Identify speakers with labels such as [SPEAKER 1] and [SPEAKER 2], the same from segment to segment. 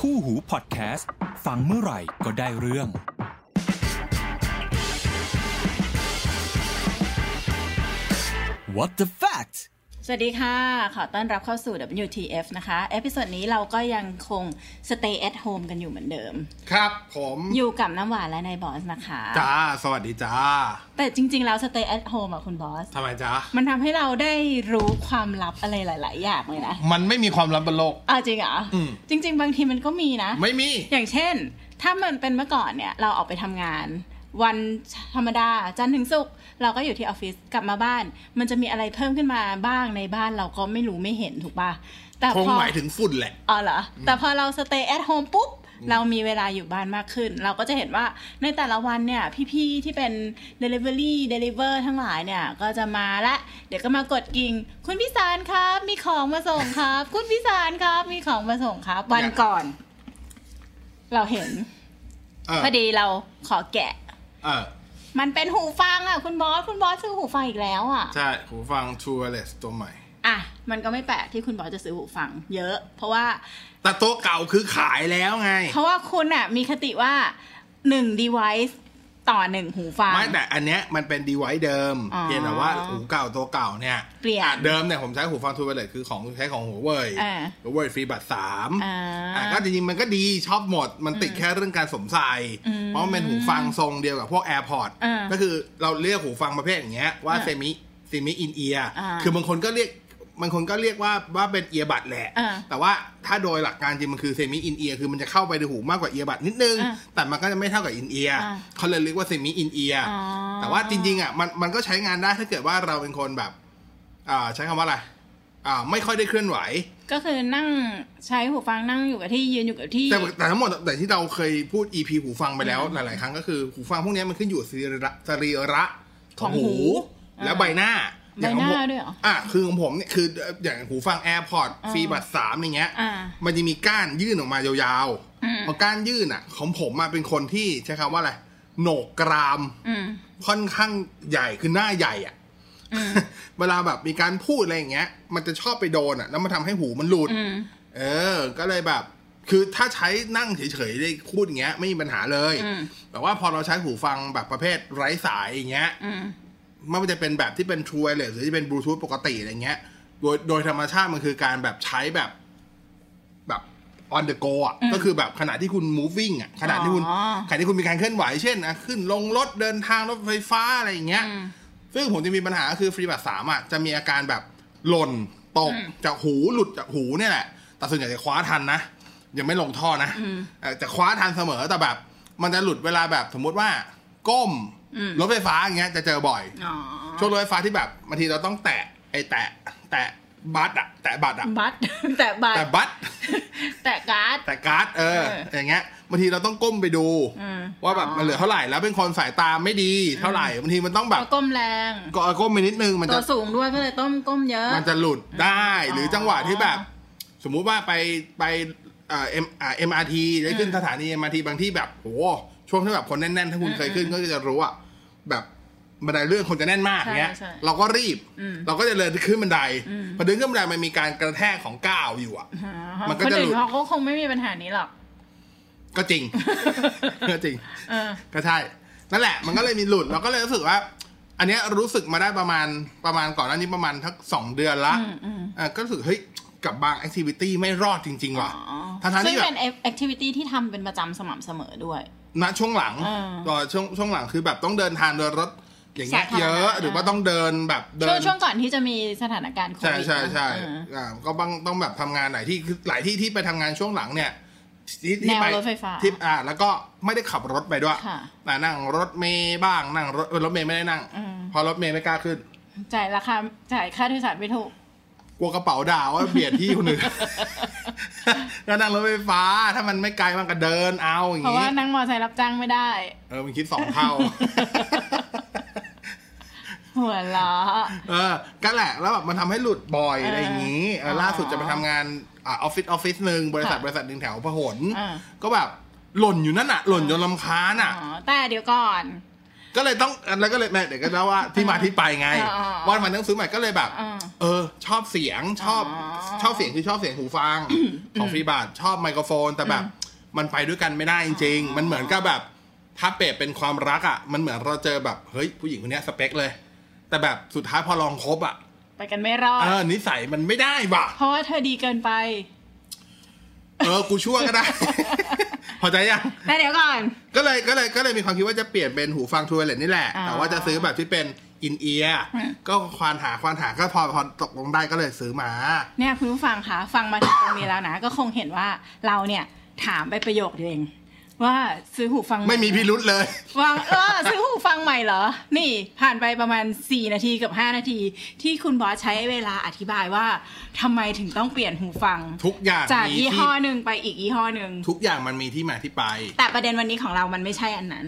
[SPEAKER 1] คู่หูพอดแคสต์ ฟังเมื่อไหร่ก็ได้เรื่อง What the fact
[SPEAKER 2] สวัสดีค่ะ ขอต้อนรับเข้าสู่ WTF นะคะ เอพิโซดนี้เราก็ยังคง stay at home กันอยู่เหมือนเดิม
[SPEAKER 3] ครับผม
[SPEAKER 2] อยู่กับน้ำหวานและนายบอสนะคะ
[SPEAKER 3] จ้าสวัสดีจ้า
[SPEAKER 2] แต่จริง ๆ แล้ว stay at home อ่ะคุณบอส
[SPEAKER 3] ทำไมจ้า
[SPEAKER 2] มันทำให้เราได้รู้ความลับอะไรหลาย ๆ อย่างเลยนะ
[SPEAKER 3] มันไม่มีความลับบนโลก
[SPEAKER 2] เอาจริงเหรออ
[SPEAKER 3] ม
[SPEAKER 2] จริง ๆ บางทีมันก็มีนะ
[SPEAKER 3] ไม่มี
[SPEAKER 2] อย่างเช่น ถ้ามันเป็นเมื่อก่อนเนี่ย เราออกไปทำงาน วันธรรมดา จันทร์ถึงศุกร์เราก็อยู่ที่ออฟฟิศกลับมาบ้าน มันจะมีอะไรเพิ่มขึ้นมาบ้างในบ้านเราก็ไม่รู้ไม่เห็นถูกปะแต่
[SPEAKER 3] คง
[SPEAKER 2] พอ
[SPEAKER 3] หมายถึงฝุ่นแหละ
[SPEAKER 2] อ๋อเหรอ แต่พอเรา stay at home ปุ๊บ เรามีเวลาอยู่บ้านมากขึ้น เราก็จะเห็นว่าในแต่ละวันเนี่ย พี่ๆ ที่เป็น delivery deliver ทั้งหลายเนี่ย ก็จะมาละ เดี๋ยวก็มากดกิ่ง คุณพิสารครับ มีของมาส่งครับ คุณพิสารครับ มีของมาส่งครับ วันก่อน เราเห็น
[SPEAKER 3] เออ
[SPEAKER 2] พอดีเราขอแกะ
[SPEAKER 3] เออ
[SPEAKER 2] มันเป็นหูฟังอ่ะ คุณบอส คุณบอสซื้อหูฟังอีกแล้วอ่ะ
[SPEAKER 3] ใช่ หูฟัง True Wireless ตัวใหม่
[SPEAKER 2] อ่ะ มันก็ไม่แปลกที่คุณบอสจะซื้อหูฟัง เยอะ เพราะว่า
[SPEAKER 3] แต่ตัวเก่าคือขายแล้วไง
[SPEAKER 2] เพราะว่าคุณอ่ะ มีคติว่าหนึ่ง device ต่อหนึ่งหูฟัง
[SPEAKER 3] ไม่แต่อันเนี้ยมันเป็นดีไว c e เดิม
[SPEAKER 2] อ๋อ
[SPEAKER 3] เพียงแต่ว่าหูเก่าตัวเก่าเนี่ย
[SPEAKER 2] เปลี่ยน
[SPEAKER 3] อ่ะเดิมเนี่ยผมใช้หูฟัง True Wireless คือของใช้ของหัวเว่ย
[SPEAKER 2] อ่า
[SPEAKER 3] หัวเว่ยฟรีบัตรสาม
[SPEAKER 2] อ่า
[SPEAKER 3] อ่ะก็จริงๆมันก็ดีชอบหมด มันติดแค่เรื่องการสวมใส่เพราะมันเป็นหูฟังทรงเดียวกับพวก AirPods
[SPEAKER 2] อ่า
[SPEAKER 3] ก็คือเราเรียกหูฟังประเภทอย่างเงี้ยว่า
[SPEAKER 2] อ่า
[SPEAKER 3] เซมิเซมิอินเอีย
[SPEAKER 2] อ่า
[SPEAKER 3] คือบางคนก็เรียกบางคนก็เรียกว่าว่าเป็นเอียบัดแหละ
[SPEAKER 2] อ่า
[SPEAKER 3] แต่ว่าถ้าโดยหลักการจริงมันคือเซมิอินเอียคือมันจะเข้าไปในหูมากกว่าเอียบัดนิดนึง
[SPEAKER 2] อ่า
[SPEAKER 3] แต่มันก็จะไม่เท่ากับอินเอีย
[SPEAKER 2] อ่า
[SPEAKER 3] เขาเลยเรียกว่าเซมิอินเอีย
[SPEAKER 2] อ๋อ
[SPEAKER 3] แต่ว่าจริงๆอ่ะมันมันก็ใช้งานได้ถ้าเกิดว่าเราเป็นคนแบบ อ่าใช้คำว่าอะไรอ่าไม่ค่อยได้เคลื่อนไหว
[SPEAKER 2] ก็คือนั่งใช้หูฟังนั่งอยู่กับที่ยืนอยู่กับที่
[SPEAKER 3] แต่แต่ทั้งหมดแต่ที่เราเคยพูด EP หูฟังไปแล้วหลายๆครั้งก็คือหูฟังพวกเนี้ยมันขึ้นอยู่กับสรีระสรีระ
[SPEAKER 2] ของหู
[SPEAKER 3] และใบหน้า
[SPEAKER 2] ใบหน้า
[SPEAKER 3] ขงผม
[SPEAKER 2] ด้วยเหรอ
[SPEAKER 3] อ่ะคือของผมเนี่ยคืออย่างหูฟัง AirPods ฟรีบัตสามอย่างเงี้ย
[SPEAKER 2] อ่า
[SPEAKER 3] มันจะมีก้านยื่นออกมายาว
[SPEAKER 2] อืม
[SPEAKER 3] ๆพอก้านยื่นอ่ะ ของผมมาเป็นคนที่ใช้คำว่าอะไรโหนกกราม
[SPEAKER 2] อืม
[SPEAKER 3] ค่อนข้างใหญ่คือหน้าใหญ่อะเวลาแบบมีการพูดอะไรอย่างเงี้ย มันจะชอบไปโดนอะแล้วมันทำให้หูมันหลุด
[SPEAKER 2] อืม
[SPEAKER 3] เออ ก็เลยแบบ คือถ้าใช้นั่งเฉยๆได้พูดอย่างเงี้ย ไม่มีปัญหาเลย
[SPEAKER 2] อืม
[SPEAKER 3] แต่ว่าพอเราใช้หูฟังแบบประเภทไร้สายอย่างเงี้ย
[SPEAKER 2] อืม
[SPEAKER 3] ไม่ว่าจะเป็นแบบที่เป็น True Wireless หรือจะเป็นบลูทูธปกติอะไรเงี้ย โดยโดยธรรมชาติมันคือการแบบใช้แบบแบบ on the go อ่ะ ก็คือแบบขณะที่คุณ moving อ่ะ ขณะที่คุณ
[SPEAKER 2] อ๋อ
[SPEAKER 3] ขณะที่คุณมีการเคลื่อนไหว เช่นนะขึ้นลงรถเดินทางรถไฟฟ้าอะไรอย่างเงี้ย ซึ่งผมจะมีปัญหาคือฟรีบัตสามอ่ะ จะมีอาการแบบหล่นตกจากหูหลุดจากหูเนี่ยแหละ แต่ส่วนใหญ่จะคว้าทันนะ ยังไม่ลงท่อนะเอ่อจะคว้าทันเสมอแต่แบบ มันจะหลุดเวลาแบบสมมติว่า ก้มรถไฟฟ้าอย่างเงี้ยจะเจอบ่อย
[SPEAKER 2] อ๋อ
[SPEAKER 3] ช่วงรถไฟฟ้าที่แบบบางทีเราต้องแตะไอ้แตะ แตะบัตรอะแตะบัตรอะ
[SPEAKER 2] บัตร แต่บัตร
[SPEAKER 3] แตะบัตร
[SPEAKER 2] แต่การ์ด
[SPEAKER 3] แตะการ์ดเออ
[SPEAKER 2] เออ
[SPEAKER 3] เอออย่างเงี้ยบางทีเราต้องก้มไปดู
[SPEAKER 2] อืม
[SPEAKER 3] ว่าแบบมันเหลือเท่าไหร่แล้วเป็นคนสายตาไม่ดีเท่าไหร่บางทีมันต้องแบบ
[SPEAKER 2] ก็ก้มแรง
[SPEAKER 3] ก็ก้มไปนิดนึงมัน
[SPEAKER 2] ตั
[SPEAKER 3] จะ
[SPEAKER 2] วสูงด้วยก็เลยต้มก้มเยอะ
[SPEAKER 3] มันจะหลุดได้หรือจังหวะที่แบบ
[SPEAKER 2] อ๋
[SPEAKER 3] สมมุติว่าไปไปเอ่อเอ็มเอ็มอาร์ทีได้ขึ้นสถานีเอ็มอาร์ทีบางที่แบบโหช่วงที่แบบคนแน่นๆ ถ้าคุณเคยขึ้นก็จะรู้อะแบบบันไดเลื่อนคนจะแน่นมากเงี้ย
[SPEAKER 2] ใช่ใช่
[SPEAKER 3] เราก็รีบ เราก็จะเลยขึ้นบันไดพอเดินขึ้นบันไดมันมีการกระแทกของก้าวอยู่ อ่ะ
[SPEAKER 2] อ๋อ
[SPEAKER 3] มันก็
[SPEAKER 2] คน
[SPEAKER 3] จะห
[SPEAKER 2] อื่
[SPEAKER 3] ลุ
[SPEAKER 2] น
[SPEAKER 3] ด
[SPEAKER 2] เขาก็คงไม่มีปัญหานี้หรอก
[SPEAKER 3] ก็จริง ก็จริง
[SPEAKER 2] เออ
[SPEAKER 3] ก็ใช่ นั่นแหละ มันก็เลยมีหลุด เราก็เลยรู้สึกว่า อันเนี้ยรู้สึกมาได้ประมาณประมาณก่อนหน้านี้ประมาณทักสองเดือนละ
[SPEAKER 2] อืมอืม
[SPEAKER 3] อ่ะก็รู้สึกเฮ้ยกับบางแอคทิวิตี้ไม่รอดจริง ๆ ว่ะ
[SPEAKER 2] อ๋อ
[SPEAKER 3] ทั้งๆ
[SPEAKER 2] ซึ่ง
[SPEAKER 3] ที่แบบ
[SPEAKER 2] เป็น activity ที่ทำเป็นประจำสม่ำเสมอด้วย
[SPEAKER 3] ณช่วงหลัง
[SPEAKER 2] อ่า
[SPEAKER 3] ต่อช่วงช่วงหลังคือแบบต้องเดินทางโดยรถอย่างเงี้ย
[SPEAKER 2] สาธารณะ
[SPEAKER 3] เยอะหรือว่า
[SPEAKER 2] อ่า
[SPEAKER 3] ต้องเดินแบบเดิ
[SPEAKER 2] ช่วง
[SPEAKER 3] น
[SPEAKER 2] ช่วงก่อนที่จะมีสถานการณ์โค
[SPEAKER 3] ใช่
[SPEAKER 2] วิด
[SPEAKER 3] ใช่ใช่
[SPEAKER 2] เออ
[SPEAKER 3] อ่าก็บางต้องแบบทำงานหลายที่คือหลายที่ที่ไปทำงานช่วงหลังเนี่ยที่ที่
[SPEAKER 2] แนวรถไฟฟ้า
[SPEAKER 3] ที่อ่าแล้วก็ไม่ได้ขับรถไปด้วย
[SPEAKER 2] ค่ะ
[SPEAKER 3] อ่านั่งรถเมย์บ้างนั่งรถเออรถเมย์ไม่ได้นั่งเพอรถเมย์ไม่กล้าขึ้น
[SPEAKER 2] จ่ายราคาจ่ายค่าโดยสารไม่ถูก
[SPEAKER 3] กลัวกระเป๋าด่าว่าเบียดที่ คนอื่น ก็นั่งรถไฟฟ้าถ้ามันไม่ไกลมันก็เดินเอาอย่าง
[SPEAKER 2] เพราะ
[SPEAKER 3] งี้
[SPEAKER 2] ว่านั่งมอไซค์รับจ้างไม่ได้
[SPEAKER 3] เออมันคิดสองเท่า
[SPEAKER 2] หัวเราะ
[SPEAKER 3] เออก็แหละ แล้วแบบมันทำให้หลุดบ่อย
[SPEAKER 2] เอออ
[SPEAKER 3] อะไรอย่างนี้เออ
[SPEAKER 2] อ
[SPEAKER 3] ล่าสุดจะไปทำงานอ่าออฟฟิศออฟฟิศหนึ่งบริษัท
[SPEAKER 2] ค่ะ
[SPEAKER 3] บริษัทหนึ่งแถวพหล
[SPEAKER 2] อ่า
[SPEAKER 3] ก็แบบหล่นอยู่นั่นน่ะ หล่นจนลำคาญอ่ะ
[SPEAKER 2] อ๋อแต่เดี๋ยวก่อน
[SPEAKER 3] ก็เลยต้องแล้วก็เลยแม่เด็กก็เล่าว่าที่มาที่ไปไง
[SPEAKER 2] อ่าอ่าอ่า
[SPEAKER 3] ว่ามันต้องซื้อใหม่ก็เลยแบบ
[SPEAKER 2] อ่า
[SPEAKER 3] เออ ชอบเสียงชอบ
[SPEAKER 2] อ๋อ
[SPEAKER 3] ชอบเสียงคือชอบเสียงหูฟั งของฟรีบาทชอบไมโครโฟน แต่แบบมันไปด้วยกันไม่ได้จริง ๆ มันเหมือนกับแบบ ถ้าเปรียบเป็นความรักอ่ะมันเหมือนเราเจอแบบเฮ้ยผู้หญิงคนเนี้ยสเปคเลย แต่แบบสุดท้ายพอลองคบอ่ะ
[SPEAKER 2] ไปกันไม่รอด
[SPEAKER 3] เออนิสัยมันไม่ได้ว่ะ
[SPEAKER 2] เพราะว่าเธอดีเกินไป
[SPEAKER 3] เออ กูชั่วก็ ได้ พอใจยัง
[SPEAKER 2] แต่เดี๋ยวก่อน
[SPEAKER 3] ก็เลยก็เลยก็เลยมีความคิดว่าจะเปลี่ยนเป็นหูฟังทรูเลตนี่แหละ
[SPEAKER 2] อ๋อ
[SPEAKER 3] แต่ว่าจะซื้อแบบที่เป็นอินเอียร์ก็ควานหาควานหาก็พอพอตกลงได้ก็เลยซื้อมา
[SPEAKER 2] เนี่ยคุณผู้ฟังคะฟังมาถึงตรงนี้แล้วนะ ก็คงเห็นว่าเราเนี่ยถามไปประโยคเดียวเอง ว่าซื้อหูฟัง
[SPEAKER 3] ไม่มีพิรุษเลย
[SPEAKER 2] ฟังเออซื้อหูฟังใหม่เหรอ นี่ผ่านไปประมาณ 4 นาทีกับ 5 นาที ที่คุณบอสใช้เวลาอธิบายว่าทำไมถึงต้องเปลี่ยนหูฟัง
[SPEAKER 3] ทุกอย่าง
[SPEAKER 2] จาก
[SPEAKER 3] มี
[SPEAKER 2] ยี่
[SPEAKER 3] ที่
[SPEAKER 2] ห้อหนึ่งไปอีกยี่ห้อหนึ่ง
[SPEAKER 3] ทุกอย่างมันมีที่มาที่ไป
[SPEAKER 2] แต่ประเด็นวันนี้ของเรามันไม่ใช่อันนั้น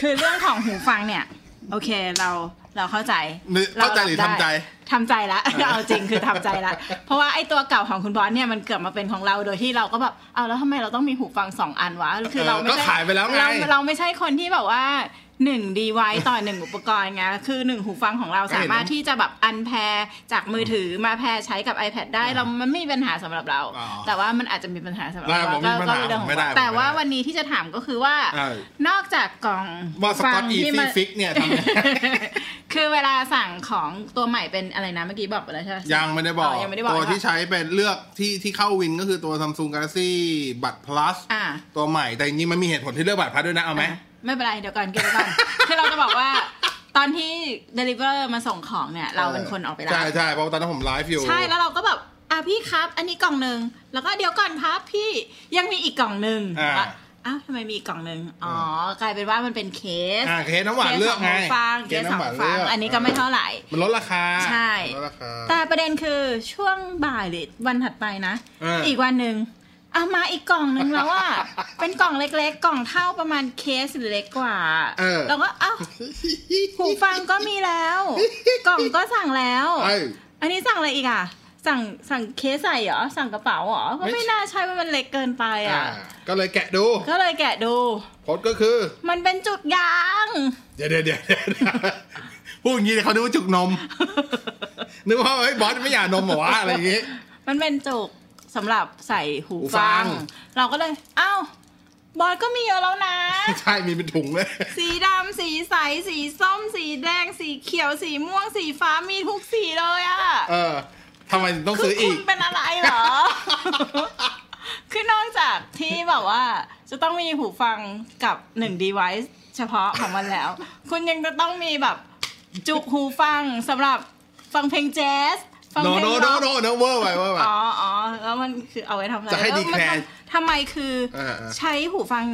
[SPEAKER 2] คือเรื่องของหูฟังเนี่ย โอเคเราเราเข้าใจ
[SPEAKER 3] หรือเข้าใจหรือทำใจ
[SPEAKER 2] ทำใจละ เอาจริงคือทำใจละ เพราะว่าไอ้ตัวเก่าของคุณบอสเนี่ยมันเกิดมาเป็นของเราโดยที่เราก็แบบเอาแล้วทำไมเราต้องมีหูฟังสองอันวะคือเราไม่
[SPEAKER 3] ก็
[SPEAKER 2] ใช่
[SPEAKER 3] ขายไปแล้วไง
[SPEAKER 2] เราเราไม่ใช่คนที่แบบว่าหนึ่งดีไวต่อหนึ่งอุปกรณ์ไงคือหนึ่งหูฟังของเราสามารถที่จะแบบอันแพรจากมือถือมาแพรใช้กับ iPad ได้เรามันไม่มีปัญหาสำหรับเรา
[SPEAKER 3] อ๋อ
[SPEAKER 2] แต่ว่ามันอาจจะมีปัญหาสำหรับ
[SPEAKER 3] ได้
[SPEAKER 2] เรา
[SPEAKER 3] ผมมีปัญหา
[SPEAKER 2] ก็เรื่องของ
[SPEAKER 3] ไม่ได้
[SPEAKER 2] แต่
[SPEAKER 3] ผมไม่
[SPEAKER 2] ว่า
[SPEAKER 3] ได้
[SPEAKER 2] วันนี้ที่จะถามก็คือว่า
[SPEAKER 3] เออน
[SPEAKER 2] อกจากกล่อง
[SPEAKER 3] ว่าสกอตอี
[SPEAKER 2] ที่
[SPEAKER 3] ซี่
[SPEAKER 2] มัน
[SPEAKER 3] ฟิกเนี่ยทำไง
[SPEAKER 2] คือเวลาสั่งของตัวใหม่เป็นอะไรนะเมื่อกี้บอกไปแล้วใช่ไหม
[SPEAKER 3] ยังไม่ได้บอก
[SPEAKER 2] อ๋อยังไม่ได้บอก
[SPEAKER 3] ตัว
[SPEAKER 2] นะคะ
[SPEAKER 3] ที่ใช้เป็นเลือกที่ที่เข้าวินก็คือตัว Samsung Galaxy Bud Plus
[SPEAKER 2] อ่า
[SPEAKER 3] ตัวใหม่แต่จริงๆมันมีเหตุผลที่เลือกบัตรพัดด้วยนะเอาไหม
[SPEAKER 2] อ่ะไม่เป็นไร เดี๋ยวก่อนเก็บไว้ก่อน คือเราจะบอกว่าตอนที่ deliver มาส่งของเนี่ย เราเป็นคนออกไปรับ
[SPEAKER 3] ใช่ใช่เพราะว่าตอนนั้นผมไลฟ์อยู่
[SPEAKER 2] ใช่แล้วเราก็แบบอ่ะพี่ครับ อันนี้กล่องหนึ่งแล้วก็เดี๋ยวก่อนครับพี่ยังมีอีกกล่องหนึ่ง
[SPEAKER 3] อ่า
[SPEAKER 2] อ่ะอ้าวทำไมมีอีกกล่องหนึ่งอ๋อกลายเป็นว่ามันเป็นเคส
[SPEAKER 3] อ่าเคสน้ำหวาน
[SPEAKER 2] เคส
[SPEAKER 3] เลื
[SPEAKER 2] ส
[SPEAKER 3] อ
[SPEAKER 2] อก ง
[SPEAKER 3] ไง
[SPEAKER 2] หูฟังเค
[SPEAKER 3] เค
[SPEAKER 2] ส
[SPEAKER 3] ส
[SPEAKER 2] สอง
[SPEAKER 3] น้ำหวาน
[SPEAKER 2] หู
[SPEAKER 3] เลื
[SPEAKER 2] ฟัง
[SPEAKER 3] อก
[SPEAKER 2] อันนี้ก็ไม่เท่าไหร่
[SPEAKER 3] มันลดราคา
[SPEAKER 2] ใช่
[SPEAKER 3] ลดราคา
[SPEAKER 2] แต่ประเด็นคือช่วงบ่ายหรือวันถัดไปนะ
[SPEAKER 3] เอออี
[SPEAKER 2] กวันหนึ่งเอามาอีกกล่องหนึ่งแล้ว อะเป็นกล่องเล็กๆ กล่องเท่าประมาณเคสหรือเล็กกว่า
[SPEAKER 3] เออ
[SPEAKER 2] แล้วก็เอ้าหูฟังก็มีแล้ว กล่องก็สั่งแล้ว
[SPEAKER 3] ไอ้
[SPEAKER 2] อันนี้สั่งอะไรอีกอะสั่งสั่งเคสใส่เหรอสั่งกระเป๋าเหรอก็
[SPEAKER 3] ไม่
[SPEAKER 2] ไม่
[SPEAKER 3] ใช่
[SPEAKER 2] น่าใช่ว่ามันเล็กเกินไป
[SPEAKER 3] อ่า
[SPEAKER 2] อะ
[SPEAKER 3] ก็เลยแกะดู
[SPEAKER 2] ก็เลยแกะดู
[SPEAKER 3] ผลก็คือ
[SPEAKER 2] มันเป็นจุกยาง
[SPEAKER 3] เดี๋ยวเดี๋ยวเดี๋ยวเดี๋ยวพูดอย่างนี้เดี๋ยวเขานึกว่าจุกนม นึกว่าเฮ้ยบอสไม่อยากนมเหรอวะอะไรอย่างงี้
[SPEAKER 2] มันเป็นจุกสำหรับใส่หู
[SPEAKER 3] หูฟั
[SPEAKER 2] ฟัง
[SPEAKER 3] ง
[SPEAKER 2] เราก็เลยเอ้าบอยก็มีเยอะแล้วนะ
[SPEAKER 3] ใช่มีเป็นถุงเลย
[SPEAKER 2] สีดำ สีใส สีส้ม สีแดง สีเขียว สีม่วง สีฟ้า มีทุกสีเลยอะ
[SPEAKER 3] เออทำไมถึงต้อง
[SPEAKER 2] คื
[SPEAKER 3] ซื้ออี
[SPEAKER 2] คุ
[SPEAKER 3] ก
[SPEAKER 2] ณเป็นอะไรเหรอ คือนอกจากที่แบบว่า จะต้องมีหูฟังกับหนึ่ง device เฉพาะของมันแล้ว คุณยังจะต้องมีแบบจุกหูฟังสำหรับฟังเพลงแจ๊ส ฟัง
[SPEAKER 3] no
[SPEAKER 2] เพลง
[SPEAKER 3] no
[SPEAKER 2] ร็
[SPEAKER 3] no
[SPEAKER 2] อก
[SPEAKER 3] no no เวอร์ไปเวอร์ไป
[SPEAKER 2] อ๋ออ๋อแล้วมันคือเอาไว้ทำอะไร
[SPEAKER 3] จะให้
[SPEAKER 2] แล้วมัน
[SPEAKER 3] declare
[SPEAKER 2] ทำไมคือ
[SPEAKER 3] เออเออ
[SPEAKER 2] ใช้หูฟัง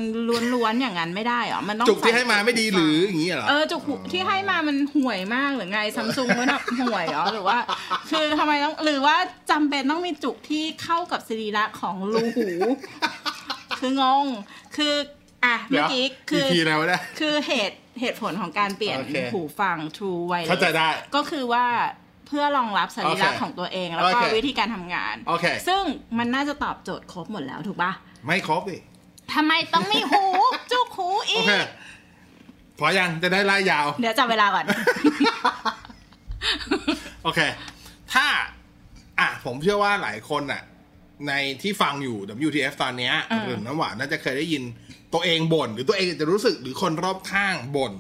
[SPEAKER 2] ล้วนๆอย่างนั้นไม่ได้เหรอ มันต้อง
[SPEAKER 3] จุกที่
[SPEAKER 2] ส่
[SPEAKER 3] ให้มาไม่ดีหรืออย่างงี้เหรอ
[SPEAKER 2] เออจุกหูที่ให้มามันห่วยมากหรือไงซัมซุงมันแบบห่วยเหรอหรือว่า คือทำไมต้องหรือว่าจำเป็นต้องมีจุกที่เข้ากับสรีระของรู หู คืองง คืออ่ะเมื่
[SPEAKER 3] เดี๋
[SPEAKER 2] อ
[SPEAKER 3] ยว
[SPEAKER 2] กี้
[SPEAKER 3] อี
[SPEAKER 2] คื
[SPEAKER 3] ก
[SPEAKER 2] อ
[SPEAKER 3] ทีนะวะเนี่ย
[SPEAKER 2] คือเหตุเหตุผลของการเปลี่ยน
[SPEAKER 3] โอเค
[SPEAKER 2] หูฟัง True Wireless
[SPEAKER 3] เข้าใจได้
[SPEAKER 2] ก็คือว่าเพื่อรองรับสรีระ
[SPEAKER 3] โอเค
[SPEAKER 2] ของตัวเองแล้วก็
[SPEAKER 3] โอเค
[SPEAKER 2] วิธีการทำงาน
[SPEAKER 3] โอเค
[SPEAKER 2] ซึ่งมันน่าจะตอบโจทย์ครบหมดแล้วถูกปะ
[SPEAKER 3] ไม่ครบดิ
[SPEAKER 2] ทำไมต้องมีหู จุกหูอี
[SPEAKER 3] โอก เคพอยังจะได้ไล่ยาว
[SPEAKER 2] เดี๋ยวจับเวลาก่ อน
[SPEAKER 3] โอเค ถ้า อ่ะ ผมเชื่อว่าหลายคนอ่ะ ในที่ฟังอยู่ WTF ตอนเนี้ย
[SPEAKER 2] อืม
[SPEAKER 3] หรือน้ำหวานน่าจะเคยได้ยินตัวเองบ่น หรือตัวเองจะรู้สึกหรือคนรอบข้างบ่น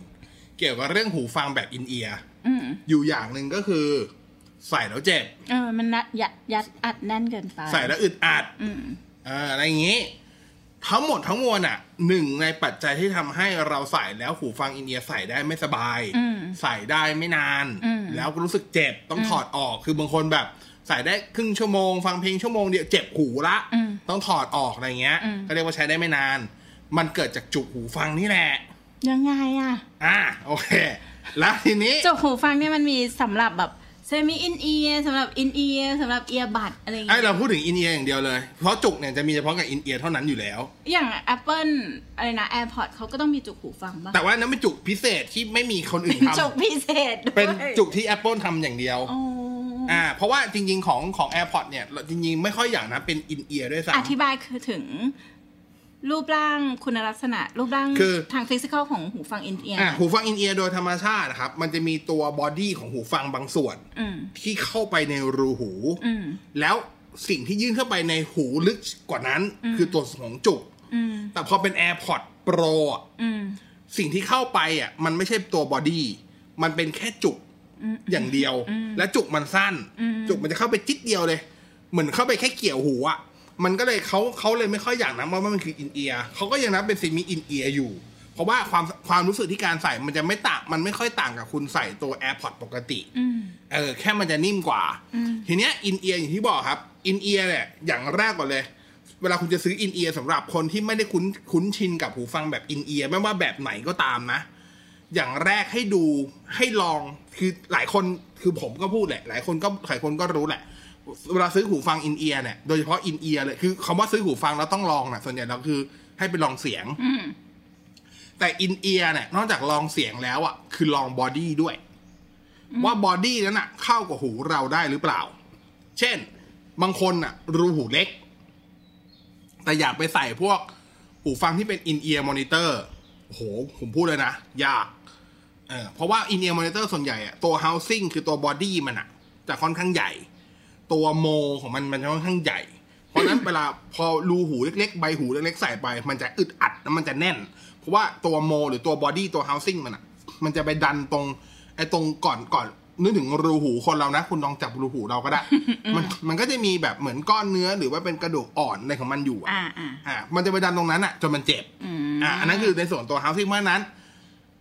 [SPEAKER 3] เกี่ยวกับเรื่องหูฟังแบบอินเอียร์
[SPEAKER 2] อืม
[SPEAKER 3] อยู่อย่างหนึ่งก็คือ ใส่แล้วเจ็บ
[SPEAKER 2] เออมันนัดยัดยัดอัดแน่นเกินไป
[SPEAKER 3] ใส่แล้วอึดอัด
[SPEAKER 2] อืม
[SPEAKER 3] เอ่ออะไรอย่างนี้ ทั้งหมดทั้งมวลอ่ะหนึ่งในปัจจัยที่ทำให้เราใส่แล้วหูฟังอินเอียร์ใส่ได้ไม่สบาย
[SPEAKER 2] อืม
[SPEAKER 3] ใส่ได้ไม่นาน
[SPEAKER 2] อืม
[SPEAKER 3] แล้วก็รู้สึกเจ็บต้องถอดออกคือบางคนแบบ ใส่ได้ครึ่งชั่วโมง ฟังเพลงชั่วโมงเดียวเจ็บหูละ
[SPEAKER 2] อืม
[SPEAKER 3] ต้องถอดออกอะไรเงี้ย
[SPEAKER 2] อืม
[SPEAKER 3] ก็เรียกว่าใช้ได้ไม่นาน มันเกิดจากจุกหูฟังนี่แหละ
[SPEAKER 2] ยังไงอ่ะ
[SPEAKER 3] อ่าโอเค แล้วทีนี้
[SPEAKER 2] จุกหูฟังเนี่ยมันมีสำหรับแบบเซมิอินเอียสำหรับอินเอียสำหรับเอียบัดอะไรอย่าง
[SPEAKER 3] ไอ
[SPEAKER 2] เงี้ย
[SPEAKER 3] เราพูดถึงอินเอียร์อย่างเดียวเลย เพราะจุกเนี่ยจะมีเฉพาะกับอินเอียร์เท่านั้นอยู่แล้ว
[SPEAKER 2] อย่าง Apple อะไรนะ AirPod เขาก็ต้องมีจุกหูฟังบ้าง
[SPEAKER 3] แต่ว่านั้นเป็นจุกพิเศษที่ไม่มีคนอื่นท
[SPEAKER 2] จุกพิเศษด้วย
[SPEAKER 3] ำเป็นจุกที่ Apple ทำอย่างเดียว
[SPEAKER 2] โอ้
[SPEAKER 3] อ่าเพราะว่าจริง ๆ ของของ AirPods เนี่ยเราจริง ๆ ไม่ค่อยอยากนะเป็นอินเอียร์ด้วย
[SPEAKER 2] อ
[SPEAKER 3] ซ้ำ
[SPEAKER 2] ธิบายคือถึง รูปร่างคุณลักษณะ รูปร่าง
[SPEAKER 3] คือ
[SPEAKER 2] ทางฟิสิกอลของหูฟังอินเอียร์
[SPEAKER 3] อ่ะหูฟังอินเอียร์โดยธรรมชาตินะครับ มันจะมีตัวบอดี้ของหูฟังบางส่วน
[SPEAKER 2] อืม
[SPEAKER 3] ที่เข้าไปในรูหู
[SPEAKER 2] อืม
[SPEAKER 3] แล้วสิ่งที่ยื่นเข้าไปในหูลึกกว่านั้น คือตัวของจุก
[SPEAKER 2] อืม
[SPEAKER 3] แต่พอเป็น AirPods Pro อ่ะ
[SPEAKER 2] อืม
[SPEAKER 3] สิ่งที่เข้าไปอ่ะมันไม่ใช่ตัวบอดี้มันเป็นแค่จุก
[SPEAKER 2] อืม
[SPEAKER 3] อย่างเดียว และจุกมันสั้น
[SPEAKER 2] อืม
[SPEAKER 3] จุกมันจะเข้าไปจิตเดียวเลย เหมือนเข้าไปแค่เกี่ยวหูอ่ะมันก็เลยเขาเขาเลยไม่ค่อยอยากนับว่ามันคืออินเอียเขาก็ยังนับเป็นซิมิอินเอียอยู่ เพราะว่าความความรู้สึกที่การใส่มันจะไม่ต่างมันไม่ค่อยต่างกับคุณใส่ตัว AirPods ปกติ
[SPEAKER 2] อืม
[SPEAKER 3] เออแค่มันจะนิ่มกว่า
[SPEAKER 2] อืม
[SPEAKER 3] ทีเนี้ยอินเอียร์อย่างที่บอกครับอินเอียร์เนี่ยอย่างแรกก่อนเลย เวลาคุณจะซื้ออินเอียร์สำหรับคนที่ไม่ได้คุ้นคุ้นชินกับหูฟังแบบอินเอียร์ไม่ว่าแบบไหนก็ตามนะ อย่างแรกให้ดูให้ลองคือหลายคนคือผมก็พูดแหละ หลายคนก็หลายคนก็รู้แหละ เวลาซื้อหูฟังอินเอียร์เนี่ยโดยเฉพาะอินเอียร์เลยคือคำว่าซื้อหูฟังเราต้องลองนะส่วนใหญ่เราคือให้ไปลองเสียง
[SPEAKER 2] อืม
[SPEAKER 3] แต่อินเอียร์เนี่ยนอกจากลองเสียงแล้วอ่ะคือลองบอดี้ด้วย ว่าบอดี้นั้นอ่ะเข้ากับหูเราได้หรือเปล่า เช่น บางคนอ่ะ รูหูเล็ก แต่อยากไปใส่พวกหูฟังที่เป็นอินเอียร์มอนิเตอร์โหผมพูดเลยนะ ยากเออเพราะว่าอินเอียร์มอนิเตอร์ส่วนใหญ่อะตัวเฮาสิ่งคือตัวบอดี้มันอ่ะจะค่อนข้างใหญ่ ตัวโมของมันมันจะค่อนข้างใหญ่ เพราะฉะนั้น เวลาพอรูหูเล็กๆ ใบหูเล็กๆ ใส่ไป มันจะอึดอัดแล้วมันจะแน่น เพราะว่าตัวโมหรือตัวบอดี้ตัวเฮาสิ่งมันอ่ะ มันจะไปดันตรงไอ้ตรงก่อนก่อนนึกถึงรูหูคนเรานะ คุณลองจับรูหูเราก็ได้ มันมันก็จะมีแบบเหมือนก้อนเนื้อหรือว่าเป็นกระดูกอ่อนอะไรของมันอยู่อะ
[SPEAKER 2] อ่าอ่า
[SPEAKER 3] อ่ามันจะไปดันตรงนั้นอ่ะจนมันเจ็บ
[SPEAKER 2] อืม
[SPEAKER 3] อ่ะอันนั้นคือในส่วนตัว housing เพราะฉะนั้น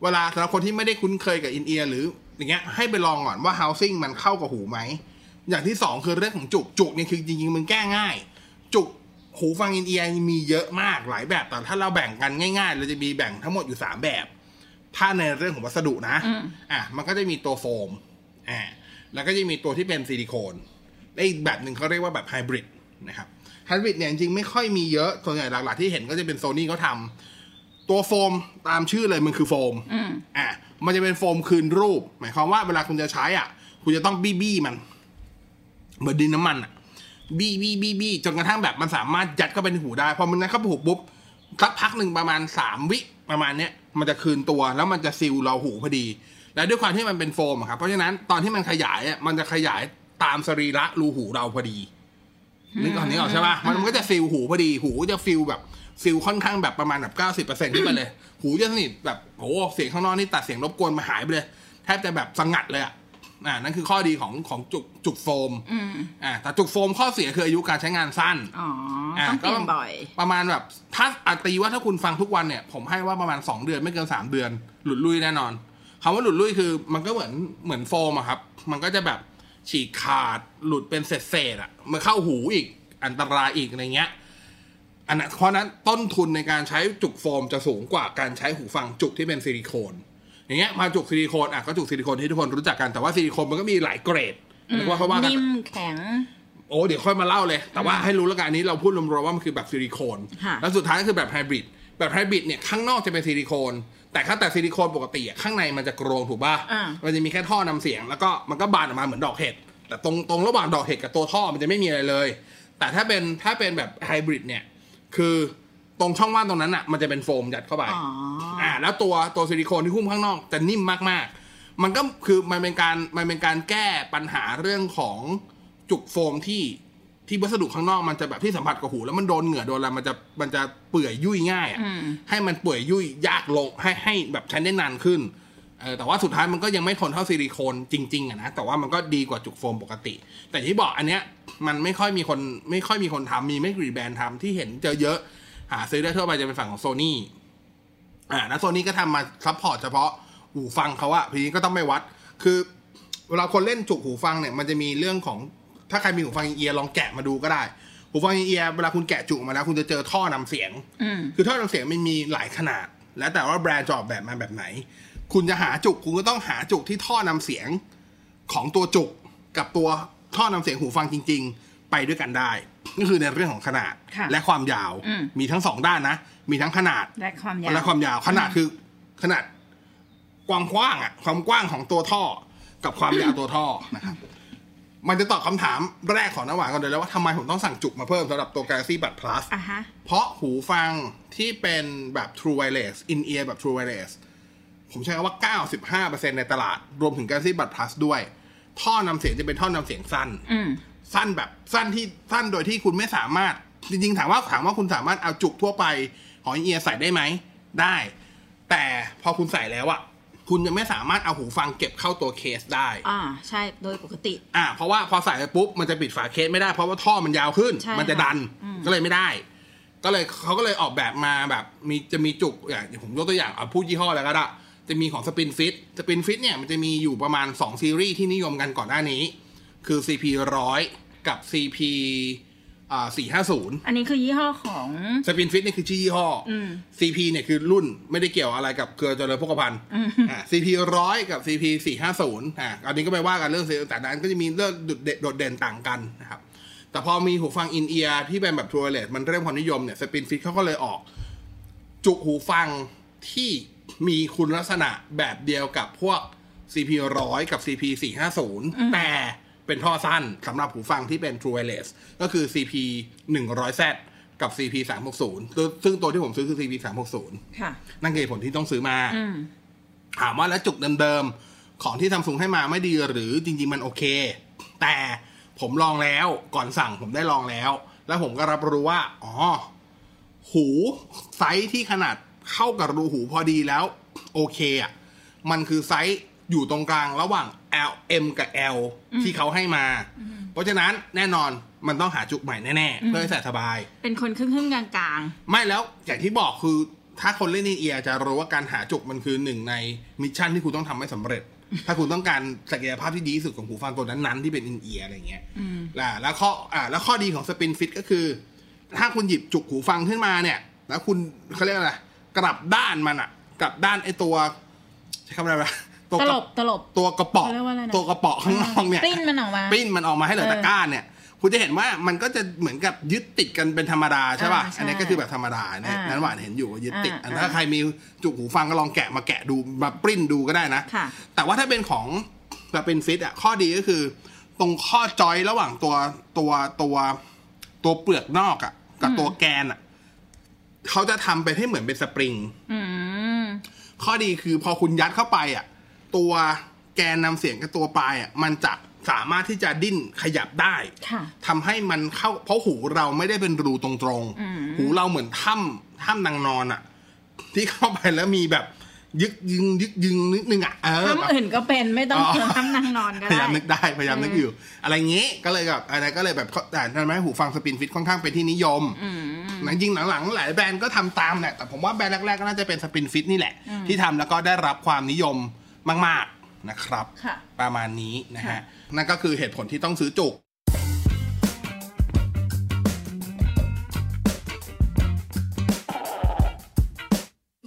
[SPEAKER 3] เวลาสำหรับคนที่ไม่ได้คุ้นเคยกับอินเอียร์หรืออย่างเงี้ยให้ไปลองก่อนว่า housing มันเข้ากับหูไหม อย่างที่สองคือเรื่องของจุกจุกเนี่ยคือจริงๆ มันแก้ง่าย จุกหูฟังอินเอียร์มีเยอะมากหลายแบบ แต่ถ้าเราแบ่งกันง่ายๆ เราจะมีแบ่งทั้งหมดอยู่ 3 แบบ ถ้าในเรื่องของวัสดุนะอ่ะมันก็จะมีตัวโฟมอ่าแล้วก็จะมีตัวที่เป็นซิลิโคนและอีกแบบหนึ่งเขาเรียกว่าแบบไฮบริดนะครับไฮบริดเนี่ยจริงๆไม่ค่อยมีเยอะส่วนใหญ่หลักๆที่เห็นก็จะเป็นโซนี่เขาทำ ตัวโฟมตามชื่อเลยมันคือโฟม
[SPEAKER 2] อืม
[SPEAKER 3] อ่ะ มันจะเป็นโฟมคืนรูป หมายความว่าเวลาคุณจะใช้อ่ะ คุณจะต้องบี้บี้มัน เหมือนดินน้ำมันอ่ะ บี้บี้บี้บี้จนกระทั่งแบบมันสามารถยัดเข้าไปในหูได้ พอมันยัดเข้าไปหูปุ๊บสักพักหนึ่งประมาณสามวิประมาณเนี้ย มันจะคืนตัวแล้วมันจะซิลเราหูพอดี และด้วยความที่มันเป็นโฟมอะครับ เพราะฉะนั้นตอนที่มันขยายอ่ะ มันจะขยายตามสรีระรูหูเราพอดี นึกออกนี้ออกใช่ป่ะ มันก็จะฟิลหูพอดี หูก็จะฟิลแบบฟิลค่อนข้างแบบประมาณแบบเก้าสิบเปอร์เซ็นต์ขึ้นไปเลย หูจะสนิทแบบโอ้โหเสียงข้างนอกนี่ตัดเสียงรบกวนมาหายไปเลย แทบจะแบบสงัดเลยอ่ะ อ่านั่นคือข้อดีของของจุกจุกโฟม
[SPEAKER 2] อืม
[SPEAKER 3] อ่าแต่จุกโฟมข้อเสียคืออายุการใช้งานสั้น
[SPEAKER 2] อ๋อ
[SPEAKER 3] อ่ะ
[SPEAKER 2] ต้องเปลี่ยน
[SPEAKER 3] ก็
[SPEAKER 2] บ่อย
[SPEAKER 3] ประมาณแบบ ถ้าอาตีว่าถ้าคุณฟังทุกวันเนี่ย ผมให้ว่าประมาณ 2 เดือนไม่เกิน 3 เดือน หลุดลุยแน่นอนคำว่าหลุดลุยคือมันก็เหมือนเหมือนโฟมอะครับ มันก็จะแบบฉีกขาดหลุดเป็นเศษๆอะมันเข้าหูอีกอันตรายอีกอะไรเงี้ยอันนั้นเพราะฉะนั้นต้นทุนในการใช้จุกโฟมจะสูงกว่าการใช้หูฟังจุกที่เป็นซิลิโคน อย่างเงี้ยมาจุกซิลิโคนอ่ะก็จุกซิลิโคนที่ทุกคนรู้จักกันแต่ว่าซิลิโคนมันก็มีหลายเกรดหรือว่าเขาว่ากัน
[SPEAKER 2] นิ่มแข็ง
[SPEAKER 3] โอ้เดี๋ยวค่อยมาเล่าเลย แต่ว่าให้รู้แล้วกันอันนี้เราพูดรวมๆว่ามันคือแบบซิลิโคน
[SPEAKER 2] ค่ะ
[SPEAKER 3] แล้วสุดท้ายก็คือแบบไฮบริด แบบไฮบริดเนี่ยข้างนอกจะเป็นซิลิโคน แต่ถ้าแต่ซิลิโคนปกติอะข้างในมันจะกรงถูกป่ะ
[SPEAKER 2] อ่ามั
[SPEAKER 3] มันจะมีแค่ท่อนำเสียง แล้วก็มันก็บานออกมาเหมือนดอกเห็ด แต่ตรงตรงระหว่างดอกเห็ดกับตัวท่อมันจะไม่มีอะไรเลย แต่ถ้าเป็นถ้าเป็นแบบไฮบริดเนี่ย คือตรงช่องว่างตรงนั้นอ่ะมันจะเป็นโฟมยัดเข้าไป
[SPEAKER 2] อ๋อ
[SPEAKER 3] อ่าแล้วตัวตัวซิลิโคนที่หุ้มข้างนอกจะนิ่มมากๆ มันก็คือมันเป็นการมันเป็นการแก้ปัญหาเรื่องของจุกโฟมที่ที่วัสดุข้างนอกมันจะแบบที่สัมผัสกับหู แล้วมันโดนเหงื่อโดนอะไรมันจะมันจะเปื่อยยุ่ยง่ายอะ
[SPEAKER 2] อืม
[SPEAKER 3] ให้มันเปื่อยยุ่ยยากลงให้ให้แบบใช้ได้นานขึ้นเออแต่ว่าสุดท้ายมันก็ยังไม่ทนเท่าซิลิโคนจริงๆอะนะแต่ว่ามันก็ดีกว่าจุกโฟมปกติ แต่ที่บอกอันเนี้ยมันไม่ค่อยมีคนไม่ค่อยมีคนทำมีไม่กี่แบรนด์ทำที่เห็นเจอเยอะหาซื้อได้ทั่วไปจะเป็นฝั่งของโซนี่ อ่าแล้วโซนี่ก็ทำมาซัพพอร์ตเฉพาะหูฟังเขาอะทีนี้ก็ต้องไปวัด คือ เวลาคนเล่นจุกหูฟังเนี่ย มันจะมีเรื่องของ ถ้าใครมีหูฟังอินเอียร์ลองแกะมาดูก็ได้ หูฟังอินเอียร์เวลาคุณแกะจุกมาแล้วคุณจะเจอท่อนำเสียง
[SPEAKER 2] อืม
[SPEAKER 3] คือท่อนำเสียงมันมีหลายขนาด แล้วแต่ว่าแบรนด์จะออกแบบมาแบบไหน คุณจะหาจุกคุณก็ต้องหาจุกที่ท่อนำเสียงของตัวจุกกับตัวท่อนำเสียงหูฟังจริง ๆ ไปด้วยกันได้ ก็คือในเรื่องของขนาด
[SPEAKER 2] ค่ะ
[SPEAKER 3] และความยาว
[SPEAKER 2] อืม
[SPEAKER 3] มีทั้งสองด้านนะ มีทั้งขนาด
[SPEAKER 2] และความยาว
[SPEAKER 3] และความยาวขนาดคือขนาดกว้างกว้างๆอะความกว้างของตัวท่อ กับความยาวตัวท่อนะครับ มันจะตอบคำถามแรกของน้ำหวานก่อนเลยแล้วว่าทำไมผมต้องสั่งจุกมาเพิ่มสำหรับตัว Galaxy Buds Plus
[SPEAKER 2] อ่ะฮะ
[SPEAKER 3] เพราะหูฟังที่เป็นแบบ True Wireless in ear แบบ True Wireless ผมใช้คำว่า 95%ในตลาด รวมถึง Galaxy Buds Plus ด้วย ท่อนำเสียงจะเป็นท่อนำเสียงสั้น
[SPEAKER 2] อืม
[SPEAKER 3] สั้นแบบสั้นที่สั้นโดยที่คุณไม่สามารถ จริงๆ ถามว่าถามว่าคุณสามารถเอาจุกทั่วไปของเอียใส่ได้ไหม ได้ แต่พอคุณใส่แล้วอะคุณจะไม่สามารถเอาหูฟังเก็บเข้าตัวเคสได้
[SPEAKER 4] อ่าใช่โดยปกติ
[SPEAKER 3] อ่าเพราะว่าพอใส่ไปปุ๊บมันจะปิดฝาเคสไม่ได้เพราะว่าท่อมันยาวขึ้น
[SPEAKER 4] ใช่
[SPEAKER 3] มันจะดัน
[SPEAKER 4] ค่ะอืม
[SPEAKER 3] ก็เลยไม่ได้ ก็เลยเขาก็เลยออกแบบมาแบบมีจะมีจุกอย่างผมยกตัวอย่างเอาพูดยี่ห้อแล้วก็ได้จะมีของสปินฟิตสปินฟิตเนี่ยมันจะมีอยู่ประมาณ 2 ซีรีส์ที่นิยมกันก่อนหน้านี้ คือ CP 100 กับ CP อ่า450
[SPEAKER 2] อันนี้คือยี่ห้อของ
[SPEAKER 3] สปินฟิตนี่คือชื่อยี่ห้ออ CP เนี่ยคือรุ่นไม่ได้เกี่ยวอะไรกับเครือเจริญพกพันธ์อ่า CP ร้อยกับ CP สี่ห้าศูนย์อ่าอันนี้ก็ไม่ว่ากันเรื่องเสียงแต่นั้นก็จะมีเรื่องดุดเด่นโดดเด่นต่างกันนะครับ แต่พอมีหูฟังอินเอียร์ที่เป็นแบบทัวร์เลสมันเริ่มความนิยมเนี่ยสปินฟิตเขาก็เลยออก จุกหูฟังที่มีคุณลักษณะแบบเดียวกับพวก CP ร้อยกับ CP สี่ห้าศูนย์แต่เป็นท่อสั้นสำหรับหูฟังที่เป็น True Wireless ก็คือ CP 1 0 0 Z กับ CP 3 6 0ซึ่งซึ่งตัวที่ผมซื้อคือ CP 3 6 0
[SPEAKER 4] ค่ะ
[SPEAKER 3] นั่นคือเหตุผลที่ต้องซื้อมา ถามว่าแล้วจุกเดิมๆ ของที่ซัมซุงให้มาไม่ดีหรือจริงๆ มันโอเค แต่ผมลองแล้วก่อนสั่งผมได้ลองแล้ว แล้วผมก็รับรู้ว่า อ๋อ หูไซส์ที่ขนาดเข้ากับรูหูพอดีแล้ว โอเคอ่ะ มันคือไซส์อยู่ตรงกลางระหว่าง L M กับ L ที่เขาให้มา เพราะฉะนั้นแน่นอนมันต้องหาจุกใหม่แน่ๆ เพื่อให้ใส่สบาย
[SPEAKER 4] เป็นคนครึ่งครึ่งๆกลางกลาง
[SPEAKER 3] ไม่แล้วอย่างที่บอกคือถ้าคนเล่นในเอียจะรู้ว่าการหาจุกมันคือหนึ่งในมิชชั่นที่คุณต้องทำให้สำ เร็จ ถ้าคุณต้องการศักยภาพที่ดีที่สุดของหูฟังตัวนั้นๆที่เป็นอินเอียอะไรเงี้ยล่ะแล้วข้ออ่าแล้วข้อดีของสปินฟิตก็คือ ถ้าคุณหยิบจุกหูฟังขึ้นมาเนี่ย แล้วคุณเขาเรียกอะไรกลับด้านมันอะกลับด้านไอตัวใช้คำอะไรวะตัว
[SPEAKER 2] ต
[SPEAKER 3] ก
[SPEAKER 2] ล
[SPEAKER 3] ระ
[SPEAKER 2] บตลบ
[SPEAKER 3] ตัวกระป๋อง
[SPEAKER 2] เขาเรียกว่าอะไรนะ
[SPEAKER 3] ตัวกระป๋องข้างนอกเนี่ย
[SPEAKER 2] ปริ้นมันออกมา
[SPEAKER 3] ปิ้นมันออกมาให้เหลือ
[SPEAKER 2] เออ
[SPEAKER 3] ตะกร้าเนี่ย คุณจะเห็นว่ามันก็จะเหมือนกับยึดติดกันเป็นธรรมดาใช่ป่ะ
[SPEAKER 2] อ่าใช่
[SPEAKER 3] อันนี้ก็คือแบบธรรมดาเนี่ย
[SPEAKER 2] อ่า
[SPEAKER 3] นั้นหวานเห็นอยู่ว่ายึดติด
[SPEAKER 2] อ่า
[SPEAKER 3] อันถ้า
[SPEAKER 2] อ่า
[SPEAKER 3] ใครมีจุกหูฟังก็ลองแกะมาแกะดูมาปริ้นดูก็ได้นะ
[SPEAKER 4] ค่ะ
[SPEAKER 3] แต่ว่าถ้าเป็นของแบบเป็นฟิตอ่ะข้อดีก็คือ ตรงข้อจอยระหว่างตัวตัวตัวตัวเปลือกนอกอ่ะกับตัวแกนอ่ะเขาจะทำเป็นให้เหมือนเป็นสปริง
[SPEAKER 2] อืม
[SPEAKER 3] ข้อดีคือพอคุณยัดเข้าไปอ่ะ ตัวแกนนำเสียงกับตัวปลายอ่ะมันจะสามารถที่จะดิ้นขยับได้
[SPEAKER 2] ค่ะ
[SPEAKER 3] ทำให้มันเข้า เพราะหูเราไม่ได้เป็นรูตรงๆ หูเราเหมือนถ้ำถ้ำนางนอนอ่ะ ที่เข้าไปแล้วมีแบบ ยึกยึงยึกยึงนิดนึงอ่ะเออแบบ
[SPEAKER 2] ทำอื่นก็เป็นไม่ต้อง
[SPEAKER 3] อ๋อ
[SPEAKER 2] เจอทำนางนอนก็
[SPEAKER 3] พยา
[SPEAKER 2] ได้
[SPEAKER 3] ยามนึกได้พยายามนึกอยู่ อะไรอย่างงี้ก็เลยแบบอะไรก็เลยแบบเขาแต่ทำไมหูฟังสปินฟิตค่อนข้างเป็นที่นิยมหลังจริงหลังๆ หลายแบรนด์ก็ทำตามแหละแต่ผมว่าแบรนด์แรกๆก็น่าจะเป็นสปินฟิตนี่แหละ ที่ทำแล้วก็ได้รับความนิยมมาก ๆนะครับ
[SPEAKER 2] ค่ะ
[SPEAKER 3] ประมาณนี้นะฮะ นั่นก็คือเหตุผลที่ต้องซื้อจุก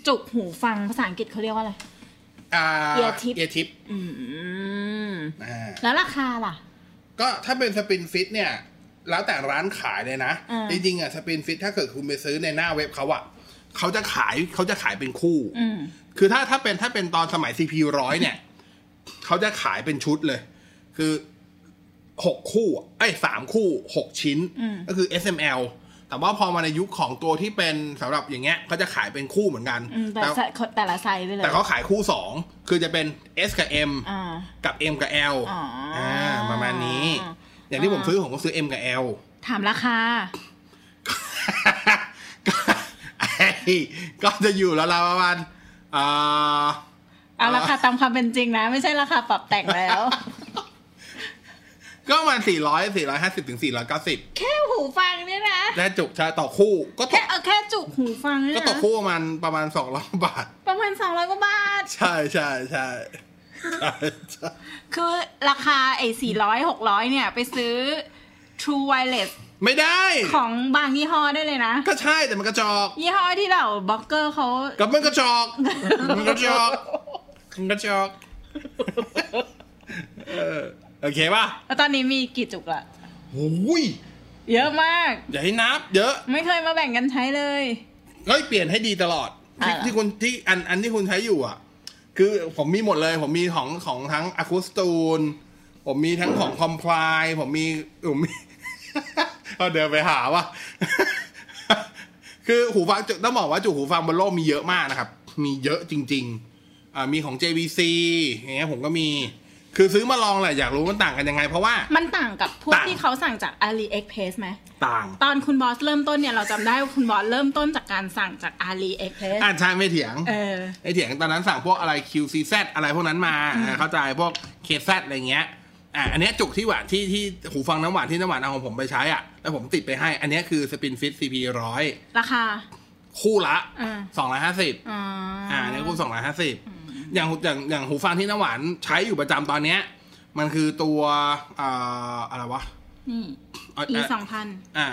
[SPEAKER 4] จุก
[SPEAKER 2] หูฟังภาษาอังกฤษเขาเรียกว่าอะไร
[SPEAKER 3] อ่า
[SPEAKER 2] Ear tip
[SPEAKER 3] เอียทิป
[SPEAKER 2] อืม
[SPEAKER 3] อ่า
[SPEAKER 2] แล้วราคาล่ะ
[SPEAKER 3] ก็ถ้าเป็นสปินฟิตเนี่ย แล้วแต่ร้านขายเลยนะ
[SPEAKER 2] อ่า
[SPEAKER 3] จริงๆอ่ะสปินฟิตถ้าเกิดคุณไปซื้อในหน้าเว็บเขาอ่ะเขาจะขายเขาจะขายเป็นคู่
[SPEAKER 2] อืม
[SPEAKER 3] คือถ้าถ้าเป็นถ้าเป็นตอนสมัย CPU ร้อยเนี่ย เขาจะขายเป็นชุดเลย คือหกคู่อะเอ้ยสามคู่หกชิ้น ก็คือ SML แต่ว่าพอมาในยุคของตัวที่เป็นสำหรับอย่างเงี้ยเขาจะขายเป็นคู่เหมือนกัน
[SPEAKER 2] อืมแต่
[SPEAKER 3] แต่
[SPEAKER 2] ใส่แต่ละไซส์ไปเลย
[SPEAKER 3] แต่เขาขายคู่สองคือจะเป็น S กับ M
[SPEAKER 2] อ่า
[SPEAKER 3] กับ M กับ L
[SPEAKER 2] อ๋ออ่
[SPEAKER 3] าประมาณนี้
[SPEAKER 2] อ่า
[SPEAKER 3] อย่างที่ผมซื้อผมก็ซื้อ M กับ L
[SPEAKER 2] ถามราคา
[SPEAKER 3] ก็ไอ้ก็จะอยู่แล้วละประมาณเอ่อ
[SPEAKER 2] เอาราคาตามความเป็นจริงนะ ไม่ใช่ราคาปรับแต่งแล้ว
[SPEAKER 3] ก็ประมาณ400 450ถึง490
[SPEAKER 2] แค่หูฟังเนี่ยนะ
[SPEAKER 3] และจุกชาต่อคู่ก็ต
[SPEAKER 2] แค่
[SPEAKER 3] ก
[SPEAKER 2] เอาแค่จุกหูฟังเนี่ย
[SPEAKER 3] ก็ตก
[SPEAKER 2] นะ
[SPEAKER 3] คู่ประมาณประมาณ200บาท
[SPEAKER 2] ประมาณสองร้อยกว่าบาท
[SPEAKER 3] ใช่ใช่ใช่ ใช่ใช่
[SPEAKER 2] คือราคาไอ้สี่ร้อยหกร้อยเนี่ย ไปซื้อ True Wireless
[SPEAKER 3] ไม่ได้
[SPEAKER 2] ของบางยี่ห้อได้เลยนะ
[SPEAKER 3] ก็ใช่แต่มันกระจอก
[SPEAKER 2] ยี่ห้อที่เหล่าบล็อกเกอร์เขา
[SPEAKER 3] กับมันกระจอก มันกระจอกมันกระจอกเออโอเคป่ะ
[SPEAKER 2] แล้วตอนนี้มีกี่จุกละ
[SPEAKER 3] โอ้ย
[SPEAKER 2] เยอะมาก
[SPEAKER 3] อย่าให้นับ เยอะ
[SPEAKER 2] ไม่เคยมาแบ่งกันใช้เลย
[SPEAKER 3] เฮ้ยเปลี่ยนให้ดีตลอด ที่
[SPEAKER 2] อ่า
[SPEAKER 3] ที่คุณที่อันอันที่คุณใช้อยู่อ่ะ คือผมมีหมดเลย ผมมีของของทั้งอะคูสตูน ผมมีทั้งของคอมพลายผมมีผมมี เอาเดินไปหาว่า คือหูฟังจะต้องบอกว่าจุหูฟังบนโลกมีเยอะมากนะครับ มีเยอะจริง ๆ อ่ามีของ JVC อย่างเงี้ยผมก็มี คือซื้อมาลองแหละอยากรู้มันต่างกันยังไง เพราะว่า
[SPEAKER 2] มันต่างกับพวก
[SPEAKER 3] ต่าง
[SPEAKER 2] ที่เขาสั่งจาก AliExpress ไหม
[SPEAKER 3] ต่าง
[SPEAKER 2] ตอนคุณบอสเริ่มต้นเนี่ย เราจำได้ว่าคุณบอสเริ่มต้นจากการสั่งจาก AliExpress
[SPEAKER 3] อ่านใช่ไม่เถียง
[SPEAKER 2] เออ
[SPEAKER 3] ไอเถียงตอนนั้นสั่งพวกอะไร QCZ อะไรพวกนั้นมาอ่าเข้าใจพวก KZ อะไรเงี้ย อ่าอันเนี้ยจุกที่หวานที่ที่หูฟังน้ำหวานที่น้ำหวานเอาของผมไปใช้อ่ะ แล้วผมติดไปให้ อันเนี้ยคือ Spin Fit CP ร้อย
[SPEAKER 2] ราคา
[SPEAKER 3] คู่ละ
[SPEAKER 2] อ่า
[SPEAKER 3] สองร้อยห้าสิบ
[SPEAKER 2] อ๋ออ
[SPEAKER 3] อ่าอันเนี้ยคู่สองร้อยห้าสิบอย่างหูอย่างอย่างหูฟังที่น้ำหวานใช้อยู่ประจำตอนเนี้ย มันคือตัวอ่าอะไรวะ
[SPEAKER 2] นี่
[SPEAKER 3] อ่ะ
[SPEAKER 2] e สองพัน
[SPEAKER 3] อ่า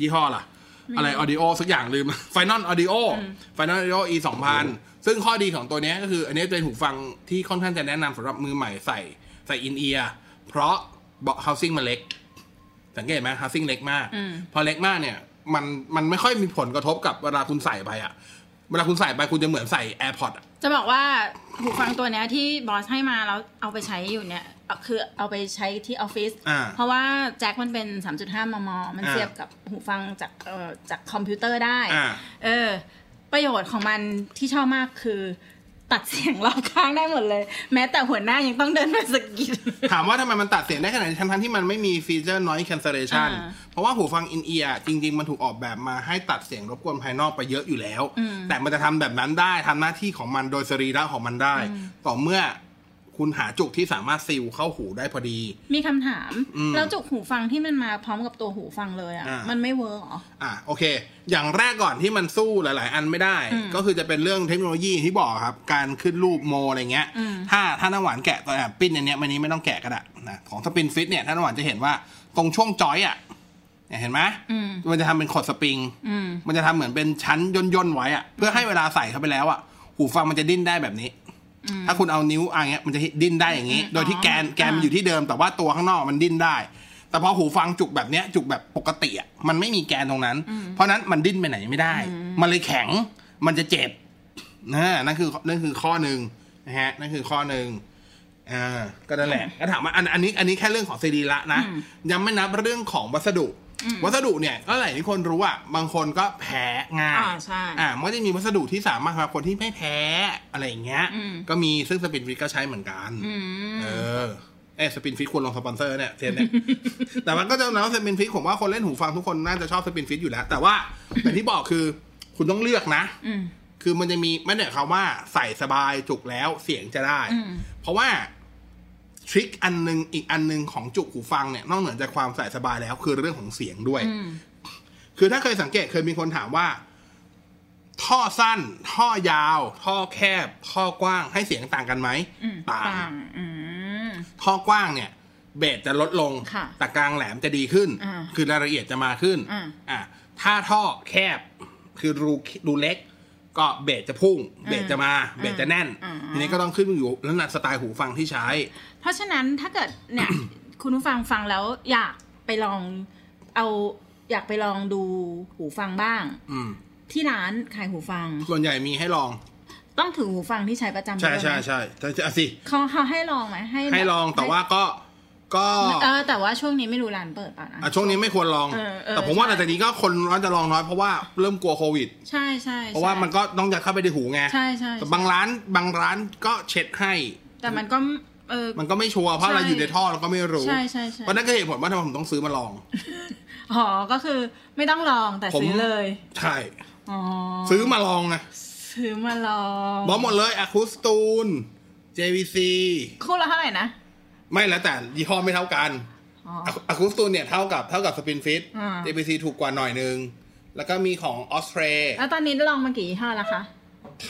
[SPEAKER 3] ยี่ห้อล่ะ อะไร ออดิโอสักอย่างลืม ไฟนอลออดิโอไฟนอลออดิโอ e สองพันซึ่งข้อดีของตัวเนี้ยก็คือ อันนี้เป็นหูฟังที่ค่อนข้างจะแนะนำสำหรับมือใหม่ใส่ใส่อินเอียร์เพราะเบาะ housing มันเล็ก สังเกตไหม housing เล็กมาก
[SPEAKER 2] อืม
[SPEAKER 3] พอเล็กมากเนี่ย มันมันไม่ค่อยมีผลกระทบกับเวลาคุณใส่ไปอะเวลาคุณใส่ไปคุณจะเหมือนใส่ AirPod อะ
[SPEAKER 2] จะบอกว่าหูฟังตัวเนี้ยที่บอสให้มาแล้วเอาไปใช้อยู่เนี่ยเอาคือเอาไปใช้ที่ออฟฟิศ
[SPEAKER 3] อ่า
[SPEAKER 2] เพราะว่าแจ็คมันเป็น 3.5 มม มัน
[SPEAKER 3] อ่า
[SPEAKER 2] เสียบกับหูฟังจากเอ่อจากคอมพิวเตอร์ได้
[SPEAKER 3] อ่า
[SPEAKER 2] เออ ประโยชน์ของมันที่ชอบมากคือตัดเสียงรอบข้างได้หมดเลย แม้แต่หัวหน้ายังต้องเดินไปสะกิด
[SPEAKER 3] ถามว่าทำไมมันตัดเสียงได้ขนาดนี้ทั้งๆที่มันไม่มีฟีเจอร์ noise cancellation
[SPEAKER 2] อ่า
[SPEAKER 3] เพราะว่าหูฟังอินเอียจริง ๆ มันถูกออกแบบมาให้ตัดเสียงรบกวนภายนอกไปเยอะอยู่แล้ว
[SPEAKER 2] อืม
[SPEAKER 3] แต่มันจะทำแบบนั้นได้ทำหน้าที่ของมันโดยสรีระของมันได้ ต่อเมื่อคุณหาจุกที่สามารถซิลเข้าหูได้พอดี
[SPEAKER 2] มีคำถาม
[SPEAKER 3] อืม
[SPEAKER 2] แล้วจุกหูฟังที่มันมาพร้อมกับตัวหูฟังเลยอ่ะ
[SPEAKER 3] อ่ามั
[SPEAKER 2] มันไม่เวิร์กเหรอ
[SPEAKER 3] อ่ะโอเค อย่างแรกก่อนที่มันสู้หลาย ๆ อันไม่ได้
[SPEAKER 2] อืม
[SPEAKER 3] ก็คือจะเป็นเรื่องเทคโนโลยีที่บอกครับ การขึ้นรูปโมอะไรเงี้ย
[SPEAKER 2] อืม
[SPEAKER 3] ถ้าถ้าน้ำหวานแกะตัวแอบปิ้นอันเนี้ยมันนี้ไม่ต้องแกะก็ได้นะของสปินฟิตเนี่ยถ้าน้ำหวานจะเห็นว่าตรงช่วงจอยอ่ะเนี่ยเห็นไหม
[SPEAKER 2] อืม
[SPEAKER 3] มันจะทำเป็นขดสปริง
[SPEAKER 2] อืม
[SPEAKER 3] มันจะทำเหมือนเป็นชั้นย่นย่นๆไว้อะเพื่อให้เวลาใส่เข้าไปแล้วอะหูฟังมันจะดิ้นได้แบบนี้
[SPEAKER 2] อืม
[SPEAKER 3] ถ้าคุณเอานิ้วอะไรเงี้ยมันจะดิ้นได้อย่างนี้
[SPEAKER 2] อืม
[SPEAKER 3] โดยที่แกน
[SPEAKER 2] อ๋อ
[SPEAKER 3] แกนมัน
[SPEAKER 2] อ่า
[SPEAKER 3] อยู่ที่เดิมแต่ว่าตัวข้างนอกมันดิ้นได้ แต่พอหูฟังจุกแบบเนี้ยจุกแบบปกติอะมันไม่มีแกนตรงนั้น เพราะนั้นมันดิ้นไปไหนไม่ได้ มันเลยแข็งมันจะเจ็บนะนั่นคือนั่นคือข้อหนึ่งนะฮะนั่นคือข้อหนึ่งอ่าก็นั่นแหละก็ถามว่าอันอันนี้อันนี้แค่เรื่องของซีดีละนะ
[SPEAKER 2] อืม
[SPEAKER 3] ยังไม่นับเรื่องของวัสดุ วัสดุเนี่ยก็หลายที่คนรู้อ่ะ บางคนก็แพ้ง่าย
[SPEAKER 4] อ่าใช่
[SPEAKER 3] อ่ามันก็จะมีวัสดุที่สามารถสำหรับคนที่ไม่แพ้อะไรอย่างเงี้ย
[SPEAKER 2] อืม
[SPEAKER 3] ก็มีซึ่งสปินฟิตก็ใช้เหมือนกัน
[SPEAKER 2] อืม
[SPEAKER 3] เออเอสปินฟิตควรลงสปอนเซอร์เนี่ยเทนเนี่ย แต่มันก็จะนะสปินฟิตผมว่าคนเล่นหูฟังทุกคนน่าจะชอบสปินฟิตอยู่แล้ว แต่ว่าอย่างที่บอกคือคุณต้องเลือกนะ
[SPEAKER 2] อืม
[SPEAKER 3] คือมันจะมีไม่ได้หมายความว่าใส่สบายจุกแล้วเสียงจะได้
[SPEAKER 2] อืม
[SPEAKER 3] เพราะว่าทริคอันหนึงอีกอันหนึงของจุกหูฟังเนี่ยนอกเหนือจากความใส่สบายแล้ว คือเรื่องของเสียงด้วย
[SPEAKER 2] อืม
[SPEAKER 3] คือถ้าเคยสังเกตเคยมีคนถามว่า ท่อสั้น ท่อยาว ท่อแคบ ท่อกว้างให้เสียงต่างกันไหม
[SPEAKER 2] อืม
[SPEAKER 3] ต่าง
[SPEAKER 2] ต่างอืม
[SPEAKER 3] ท่อกว้างเนี่ย เบสจะลดลง
[SPEAKER 2] ค่ะ
[SPEAKER 3] แต่กลางแหลมจะดีขึ้น
[SPEAKER 2] อ่า
[SPEAKER 3] คือรายละเอียดจะมาขึ้น
[SPEAKER 2] อ่า
[SPEAKER 3] อ่าถ้าท่อแคบ คือรูรูเล็ก ก็เบสจะพุ่ง เบสจะมา เบสจะแน่น ทีนี้ก็ต้องขึ้นอยู่แล้วนักสไตล์หูฟังที่ใช้
[SPEAKER 2] เพราะฉะนั้นถ้าเกิดเนี่ย คุณผู้ฟังฟังแล้วอยากไปลองเอาอยากไปลองดูหูฟังบ้าง
[SPEAKER 3] อืม
[SPEAKER 2] ที่ร้านขายหูฟัง
[SPEAKER 3] ส่วนใหญ่มีให้ลอง
[SPEAKER 2] ต้องถือหูฟังที่ใช้ประจำ
[SPEAKER 3] ใช่
[SPEAKER 2] ด้วย
[SPEAKER 3] ใช่
[SPEAKER 2] ไหม
[SPEAKER 3] ใช่ใช่ใช่อ่ะสิ
[SPEAKER 2] เขาเขาให้ลองไหมให้
[SPEAKER 3] ให้ลองแต่ว่าก็ก็
[SPEAKER 2] เออแต่ว่าช่วงนี้ไม่รู้ร้านเปิดเปล่านะ
[SPEAKER 3] อ่ะช่วงนี้ไม่ควรลอง
[SPEAKER 2] เออเออ
[SPEAKER 3] แต่ผมว่า
[SPEAKER 2] ใช่
[SPEAKER 3] หลังจากนี้ก็คนน่าจะลองน้อยเพราะว่าเริ่มกลัวโควิด
[SPEAKER 2] ใช่ใช่ใช่
[SPEAKER 3] เพราะว่ามันก็ต้องจะเข้าไปในหูไง
[SPEAKER 2] ใช่ใช่
[SPEAKER 3] แต่บางร้านบางร้านก็เช็ดให้
[SPEAKER 2] แต่มันก็เออ
[SPEAKER 3] มันก็ไม่ชัวร์เพราะ
[SPEAKER 2] ใช่
[SPEAKER 3] เราอยู่ในท่อเราก็ไม่รู้
[SPEAKER 2] ใช่ใช่ใช่
[SPEAKER 3] เพราะนั่นก็เหตุผลว่าทำไมผมต้องซื้อมาลอง
[SPEAKER 2] อ๋อก็คือไม่ต้องลองแต่
[SPEAKER 3] ผม
[SPEAKER 2] ซื้อเลย
[SPEAKER 3] ใช่
[SPEAKER 2] อ๋อ
[SPEAKER 3] ซื้อมาลองไง
[SPEAKER 2] ซื้อมาลอง
[SPEAKER 3] บอกหมดเลยอะคูสตูน JVC
[SPEAKER 2] คู่ละเท่าไหร่นะ
[SPEAKER 3] ไม่แล้วแต่ยี่ห้อไม่เท่ากัน
[SPEAKER 2] อ๋อ
[SPEAKER 3] อะคูสตูนเนี่ยเท่ากับเท่ากับสปินฟิต
[SPEAKER 2] อ่า
[SPEAKER 3] JVC ถูกกว่าหน่อยนึง แล้วก็มีของออสเตร
[SPEAKER 2] แล้วตอนนี้ลองมากี่ยี่ห้อแล้วคะ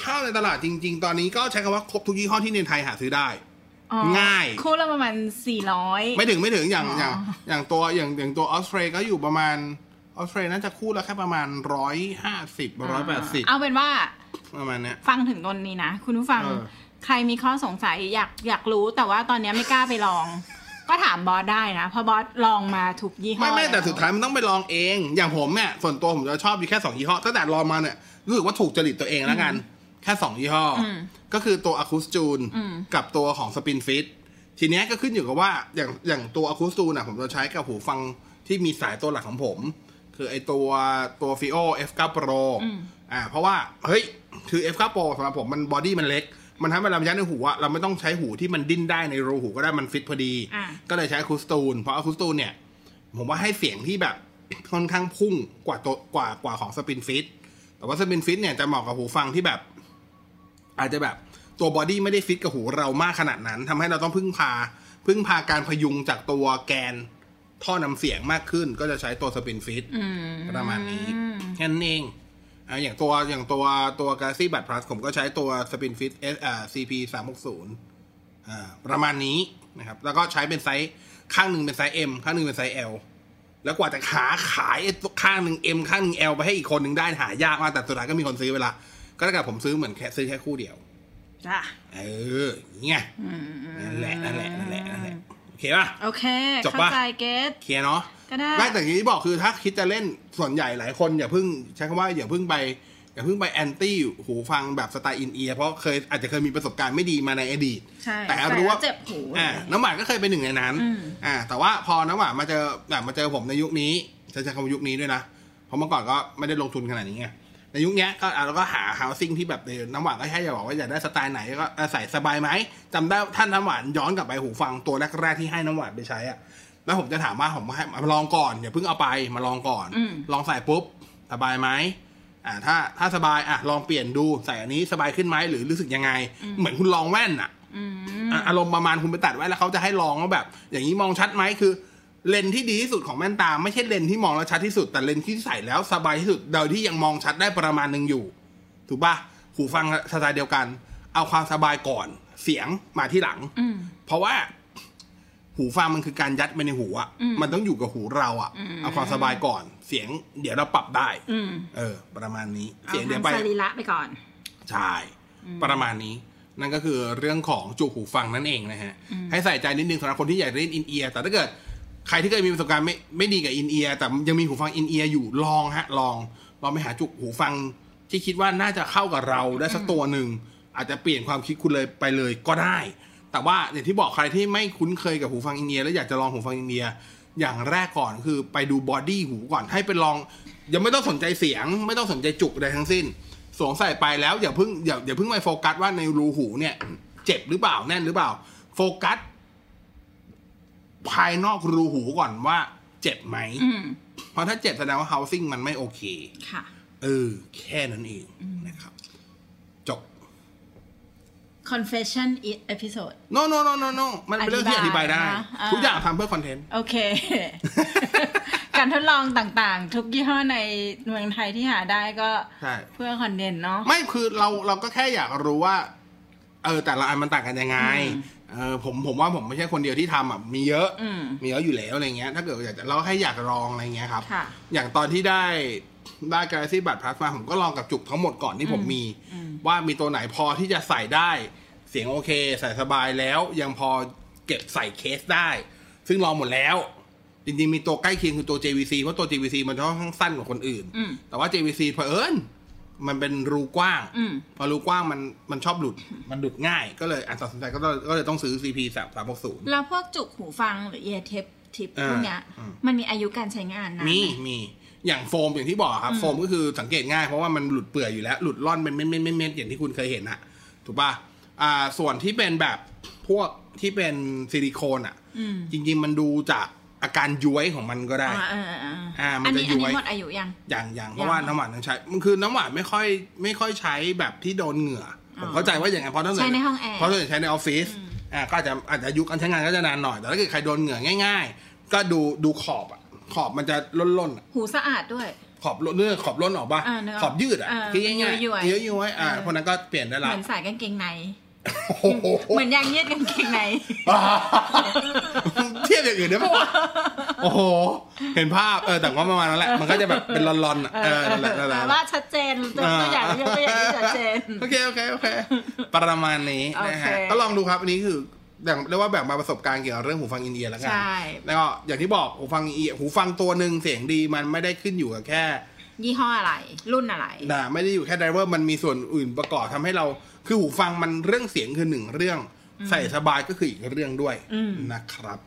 [SPEAKER 3] ถ้าในตลาดจริง ๆ ตอนนี้ก็ใช้คำว่าครบทุกยี่ห้อที่ในไทยหาซื้อได้
[SPEAKER 2] อ๋อ
[SPEAKER 3] ง่าย
[SPEAKER 2] คู่ละประมาณสี่ร้อย
[SPEAKER 3] ไม่ถึงไม่ถึงอย่าง
[SPEAKER 2] อ๋อ
[SPEAKER 3] อ
[SPEAKER 2] อ
[SPEAKER 3] ย่างอย่างตัวอย่างอย่างตัวออสเตรก็อยู่ประมาณออสเตรน่าจะคู่ละแค่ประมาณร้อยห้าสิบร้อยแปดสิบ
[SPEAKER 2] เอาเป็นว่า
[SPEAKER 3] ประมาณเนี้ย
[SPEAKER 2] ฟังถึงตอนนี้นะ คุณผู้ฟัง
[SPEAKER 3] เออ
[SPEAKER 2] ใครมีข้อสงสัยอยากอยากรู้แต่ว่าตอนนี้ไม่กล้าไปลอง ก็ถามบอสได้นะ เพราะบอสลองมาถูกยี่ห้อ
[SPEAKER 3] ไม่ไม่
[SPEAKER 2] ล้ว
[SPEAKER 3] แต่สุดท้ายมันต้องไปลองเอง อย่างผมเนี่ยส่วนตัวผมจะชอบอยู่แค่สองยี่ห้อตั้งแต่ลองมาเนี่ยรู้สึกว่าถูกจริตตัวเองแล้วกัน แค่สองยี่ห้ออก็คือตัวอะคูสจูนกับตัวของสปินฟิต ทีเนี้ยก็ขึ้นอยู่กับว่าอย่างอย่างตัวอะคูสตูนอ่ะผมจะใช้กับหูฟังที่มีสายตัวหลักของผม คือไอตัวตัวฟิโอ F9 Pro อ่าเพราะว่า เฮ้ย คือ F9 Pro สำหรับผมมันบอดี้มันเล็ก มันทำให้เรายัดในหูอะเราไม่ต้องใช้หูที่มันดิ้นได้ในรูหูก็ได้มันฟิตพอดี
[SPEAKER 4] อ่า
[SPEAKER 3] ก็เลยใช้อะคูสตูน เพราะอะคูสตูนเนี่ย ผมว่าให้เสียงที่แบบ ค่อนข้างพุ่งกว่าตัวกว่ากว่าของสปินฟิตแต่ว่าสปินฟิตเนี่ยจะเหมาะกับหูฟังที่แบบ อาจจะแบบตัวบอดี้ไม่ได้ฟิตกับหูเรามากขนาดนั้นทำให้เราต้องพึ่งพา พึ่งพาการพยุงจากตัวแกนท่อนำเสียงมากขึ้น ก็จะใช้ตัวสปินฟิตประมาณนี้แค่นั้นเองอ่ะอย่างตัวอย่างตัวตัวกาซี่บัตพลัสผมก็ใช้ตัวสปินฟิตเอสอ่าซีพีสามหกศูนย์อ่าประมาณนี้นะครับ แล้วก็ใช้เป็นไซส์ข้างหนึ่งเป็นไซส์เอ็มข้างหนึ่งเป็นไซส์เอลแล้วกว่าจะหาขายไอ้ตัวข้างหนึ่งเอ็มข้างหนึ่งเอลไปให้อีกคนหนึ่งได้หายากมากแต่สุดท้ายก็มีคนซื้อเวลา ก็ถ้าเกิดผมซื้อเหมือนแค่ซื้อแค่คู่เดียว
[SPEAKER 4] จ้ะ
[SPEAKER 3] เอออย่างเงี้ยนั่นแหละ นั่นแหละ นั่นแหละ นั่นแหละ โอเคป่ะ
[SPEAKER 4] โอเค
[SPEAKER 3] จบปะ
[SPEAKER 4] เข้าใจเกต
[SPEAKER 3] เคลียร์เนาะ
[SPEAKER 4] ก็ได้
[SPEAKER 3] ไม่แต่อย่างที่บอกคือถ้าคิดจะเล่นส่วนใหญ่หลายคนอย่าเพิ่งใช้คำว่าอย่าเพิ่งไป อย่าเพิ่งไปแอนตี้หูฟังแบบสไตล์อินเอียร์เพราะเคยอาจจะเคยมีประสบการณ์ไม่ดีมาในอดีต
[SPEAKER 4] ใช่
[SPEAKER 3] แต่รู้ว่า
[SPEAKER 4] เจ็บหู
[SPEAKER 3] อ่าน้ำหวานก็เคยเป็นหนึ่งในนั้น อ่า แต่ว่าพอน้ำหวานมาเจอแบบมาเจอผมในยุคนี้จะใช้คำว่ายุคนี้ด้วยนะ เพราะเมื่อก่อนก็ไม่ได้ลงทุนขนาดนี้ไง ในยุคเนี้ยก็อ่ะเราก็หา housing ที่แบบเออน้ำหวานก็แค่จะบอกว่าอยากได้สไตล์ไหนก็อาศัยสบายไหมจำได้ท่านน้ำหวานย้อนกลับไปหูฟังตัวแรกๆที่ให้น้ำหวานไปใช้อ่ะ แล้วผมจะถามว่าผมให้มาลองก่อนอย่าเพิ่งเอาไปมาลองก่อน
[SPEAKER 4] อืม
[SPEAKER 3] ลองใส่ปุ๊บสบายไหมอ่าถ้าถ้าสบายอ่ะลองเปลี่ยนดูใส่อันนี้สบายขึ้นไหมหรือรู้สึกยังไง เหมือนคุณลองแว่นอ่ะ
[SPEAKER 4] อืม
[SPEAKER 3] อ่ะอารมณ์ประมาณคุณไปตัดไว้แล้วเขาจะให้ลองว่าแบบ อย่างนี้มองชัดไหมคือ เลนส์ที่ดีที่สุดของแว่นตา ไม่ใช่เลนส์ที่มองแล้วชัดที่สุด แต่เลนส์ที่ใส่แล้วสบายที่สุดโดยที่ยังมองชัดได้ประมาณหนึ่งอยู่ ถูกปะหูฟังสไตล์เดียวกัน เอาความสบายก่อน เสียงมาที่หลัง
[SPEAKER 4] อืม
[SPEAKER 3] เพราะว่า หูฟังมันคือการยัดไปในหูอะ
[SPEAKER 4] อืม
[SPEAKER 3] มันต้องอยู่กับหูเราอะเอาความสบายก่อน เสียงเดี๋ยวเราปรับได้
[SPEAKER 4] อืม
[SPEAKER 3] เออ ประมาณนี้
[SPEAKER 4] เอา
[SPEAKER 3] เสียงเดี๋ยว
[SPEAKER 4] ทาง
[SPEAKER 3] ไป
[SPEAKER 4] สรีระไปก่อน
[SPEAKER 3] ใช่ ประมาณนี้ นั่นก็คือเรื่องของจูบหูฟังนั่นเองนะฮะ ให้ใส่ใจนิดนึงสำหรับคนที่อยากเล่นอินเอียร์แต่ถ้าเกิดใครที่เคยมีประสบการณ์ไม่ไม่ดีกับอินเอียร์แต่ยังมีหูฟังอินเอียร์อยู่ลองฮะ ลองลองไปหาจุกหูฟัง ที่คิดว่าน่าจะเข้ากับเราได้สักตัวหนึ่ง อาจจะเปลี่ยนความคิดคุณเลยไปเลยก็ได้ แต่ว่าอย่างที่บอกใครที่ไม่คุ้นเคยกับหูฟังอินเอียร์แล้วอยากจะลองหูฟังอินเอียร์อย่างแรกก่อนคือไปดูบอดี้หูก่อนให้ไปลอง ยังไม่ต้องสนใจเสียง ไม่ต้องสนใจจุกใดทั้งสิ้น สวมใส่ไปแล้วอย่าเพิ่งอย่าอย่าเพิ่งไปโฟกัสว่าในรูหูเนี่ย เจ็บหรือเปล่าแน่นหรือเปล่า โฟกัส ภายนอกรูหูก่อนว่า เจ็บไหม
[SPEAKER 4] อืม
[SPEAKER 3] เพราะถ้าเจ็บแสดงว่า housing มันไม่โอเค
[SPEAKER 4] ค่ะ
[SPEAKER 3] เออ แค่นั้นเองนะครับ จบ
[SPEAKER 4] confession i- episode
[SPEAKER 3] no no no no no มันเป็นเรื่องที่อธิบายได้
[SPEAKER 4] อธิบายนะอ่า
[SPEAKER 3] ทุกอย่างทำเพื่อคอนเทนต์
[SPEAKER 4] โอเค การทดลองต่างๆ ทุกยี่ห้อในเมืองไทยที่หาได้ก็
[SPEAKER 3] ใช่
[SPEAKER 4] เพื่อคอนเทนต์เนาะ
[SPEAKER 3] ไม่คือเราเราก็แค่อยากรู้ว่า เออ แต่ละอันมันต่างกันยังไง เออผมผมว่าผมไม่ใช่คนเดียวที่ทำอ่ะมีเยอะ
[SPEAKER 4] อืม
[SPEAKER 3] มีเยอะอยู่แล้วอะไรเงี้ย ถ้าเกิดอยากจะเราแค่อยากลองอะไรเงี้ยครับ
[SPEAKER 4] ค่ะ
[SPEAKER 3] อย่างตอนที่ได้ได้ Galaxy Buds Plus มาผมก็ลองกับจุกทั้งหมดก่อนที่ผมมี ว่ามีตัวไหนพอที่จะใส่ได้ เสียงโอเค ใส่สบายแล้ว ยังพอเก็บใส่เคสได้ ซึ่งลองหมดแล้ว จริงๆ มีตัวใกล้เคียงคือตัว JVC เพราะตัว JVC มันจะค่อนข้างสั้นกว่าคนอื่น
[SPEAKER 4] อืม
[SPEAKER 3] แต่ว่า JVC เผอิญมันเป็นรูกว้าง
[SPEAKER 4] อืม
[SPEAKER 3] พอรูกว้างมันมันชอบหลุดมันหลุดง่าย ก็เลยอันตัดสินใจก็เลยก็เลยต้องซื้อ CP 3 3 6 0
[SPEAKER 4] แล้วพวกจุกหูฟังหรือ ear tip ทิป
[SPEAKER 3] อ่า
[SPEAKER 4] พวกเนี้ย
[SPEAKER 3] อืม
[SPEAKER 4] มันมีอายุการใช้งานนะ
[SPEAKER 3] มีมีอย่างโฟมอย่างที่บอกครับ โฟมก็คือสังเกตง่ายเพราะว่ามันหลุดเปื่อยอยู่แล้ว หลุดร่อนเป็นเม็ดเม็ดเม็ดเม็ดอย่างที่คุณเคยเห็นอะถูกป่ะอ่า ส่วนที่เป็นแบบพวกที่เป็นซิลิโคนอะ
[SPEAKER 4] อืม
[SPEAKER 3] จริง ๆ มันดูจากอาการย้วยของมันก็ได้
[SPEAKER 4] อ่าอ่าอ่า
[SPEAKER 3] อ่า
[SPEAKER 4] อ่า
[SPEAKER 3] มั
[SPEAKER 4] อั
[SPEAKER 3] น
[SPEAKER 4] น
[SPEAKER 3] จะ
[SPEAKER 4] นี้อัน
[SPEAKER 3] ย้ว
[SPEAKER 4] นี้
[SPEAKER 3] ย
[SPEAKER 4] หมดอายุยัง
[SPEAKER 3] อย่างอย่างเพราะว่า
[SPEAKER 4] อย่าง
[SPEAKER 3] น้ำหวานยังใช้มันคือน้ำหวานไม่ค่อยไม่ค่อยใช้แบบที่โดนเหงื่อ
[SPEAKER 4] อ
[SPEAKER 3] อผมเข้าใจว่าอย่างนั้นเพราะถ้าเกิด
[SPEAKER 4] ใช้ในห้องแอร์
[SPEAKER 3] เพราะถ้าเกิดใช้ในออฟฟิศอ่าก็อาจจะอาจจะยุคการใช้งานก็จะนานหน่อยแต่ถ้าเกิดใครโดนเหงื่อง่าย ๆ ก็ดูดูขอบอะขอบมันจะล่นๆอะ
[SPEAKER 4] หูสะอาดด้วย
[SPEAKER 3] ขอบเนื้อขอบล้นออกป่ะ
[SPEAKER 4] อ่านึกออก
[SPEAKER 3] ขอบยืดอ่ะ
[SPEAKER 4] อ่า
[SPEAKER 3] คือง่ายๆ
[SPEAKER 4] ย้วยๆ
[SPEAKER 3] เยอะย้วยๆอ่า
[SPEAKER 4] เออ
[SPEAKER 3] พวกนั้นก็เปลี่ยนได้ละ
[SPEAKER 4] เหมือนสายกางเกงใน
[SPEAKER 3] โอ้โห
[SPEAKER 4] เหมือนยางยืดกางเกงใน
[SPEAKER 3] บ้าเทียบอย่างอื่นได้ปะวะโอ้โห เห็นภาพเออแต่ว่าประมาณนั้นแหละมันก็จะแบบเป็นลอนๆอ่ะเออนั่นแหละนั่นแหละ
[SPEAKER 4] แต่ว่าชัดเจนตัวตัวอย่างยกตัวอย่างที่ชัดเจน
[SPEAKER 3] โอเคโอเคโอเคประมาณนี้นะฮะ
[SPEAKER 4] โอเค
[SPEAKER 3] ก็ลองดูครับอันนี้คืออย่างเรียกว่าแบ่งมาประสบการณ์เกี่ยวกับเรื่องหูฟังอินเดียแล้วกั
[SPEAKER 4] ใช่
[SPEAKER 3] แล้วก็อย่างที่บอกหูฟังอินเดียหูฟังตัวหนึ่งเสียงดีมันไม่ได้ขึ้นอยู่กับแค่
[SPEAKER 4] ยี่ห้ออะไร รุ่นอะไร
[SPEAKER 3] นะไม่ได้อยู่แค่ไดรเวอร์มันมีส่วนอื่นประกอบทำให้เรา คือหูฟังมันเรื่องเสียงคือหนึ่งเรื่อง ใส่สบายก็คืออีกเรื่องด้วยนะครับ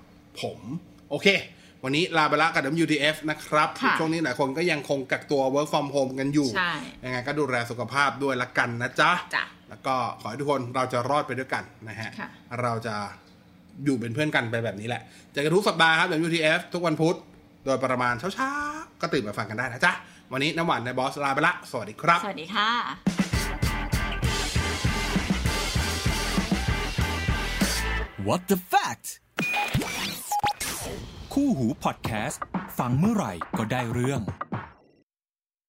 [SPEAKER 3] ผม โอเค วันนี้ลาไปละกับ WTF นะครับ
[SPEAKER 4] ค่ะ
[SPEAKER 3] ช่วงนี้หลายคนก็ยังคงกักตัว work from home กันอยู่
[SPEAKER 4] ใช่
[SPEAKER 3] ยังไงก็ดูแลสุขภาพด้วยละกันนะจ๊ะ
[SPEAKER 4] จ้ะ
[SPEAKER 3] แล้วก็ขอให้ทุกคนเราจะรอดไปด้วยกันนะฮะ
[SPEAKER 4] ค่ะ
[SPEAKER 3] เราจะอยู่เป็นเพื่อนกันไปแบบนี้แหละเจอกันทุกสัปดาห์ครับ WTF ทุกวันพุธ โดยประมาณเช้าๆ ก็ตื่นมาฟังกันได้นะจ๊ะ วันนี้น้ำหวานในบอสลาไปละ สวัสดีครับ
[SPEAKER 4] สวัสดีค่ะ
[SPEAKER 1] What the fact คู่หูพอดแคสต์ฟังเมื่อไหร่ก็ได้เรื่อง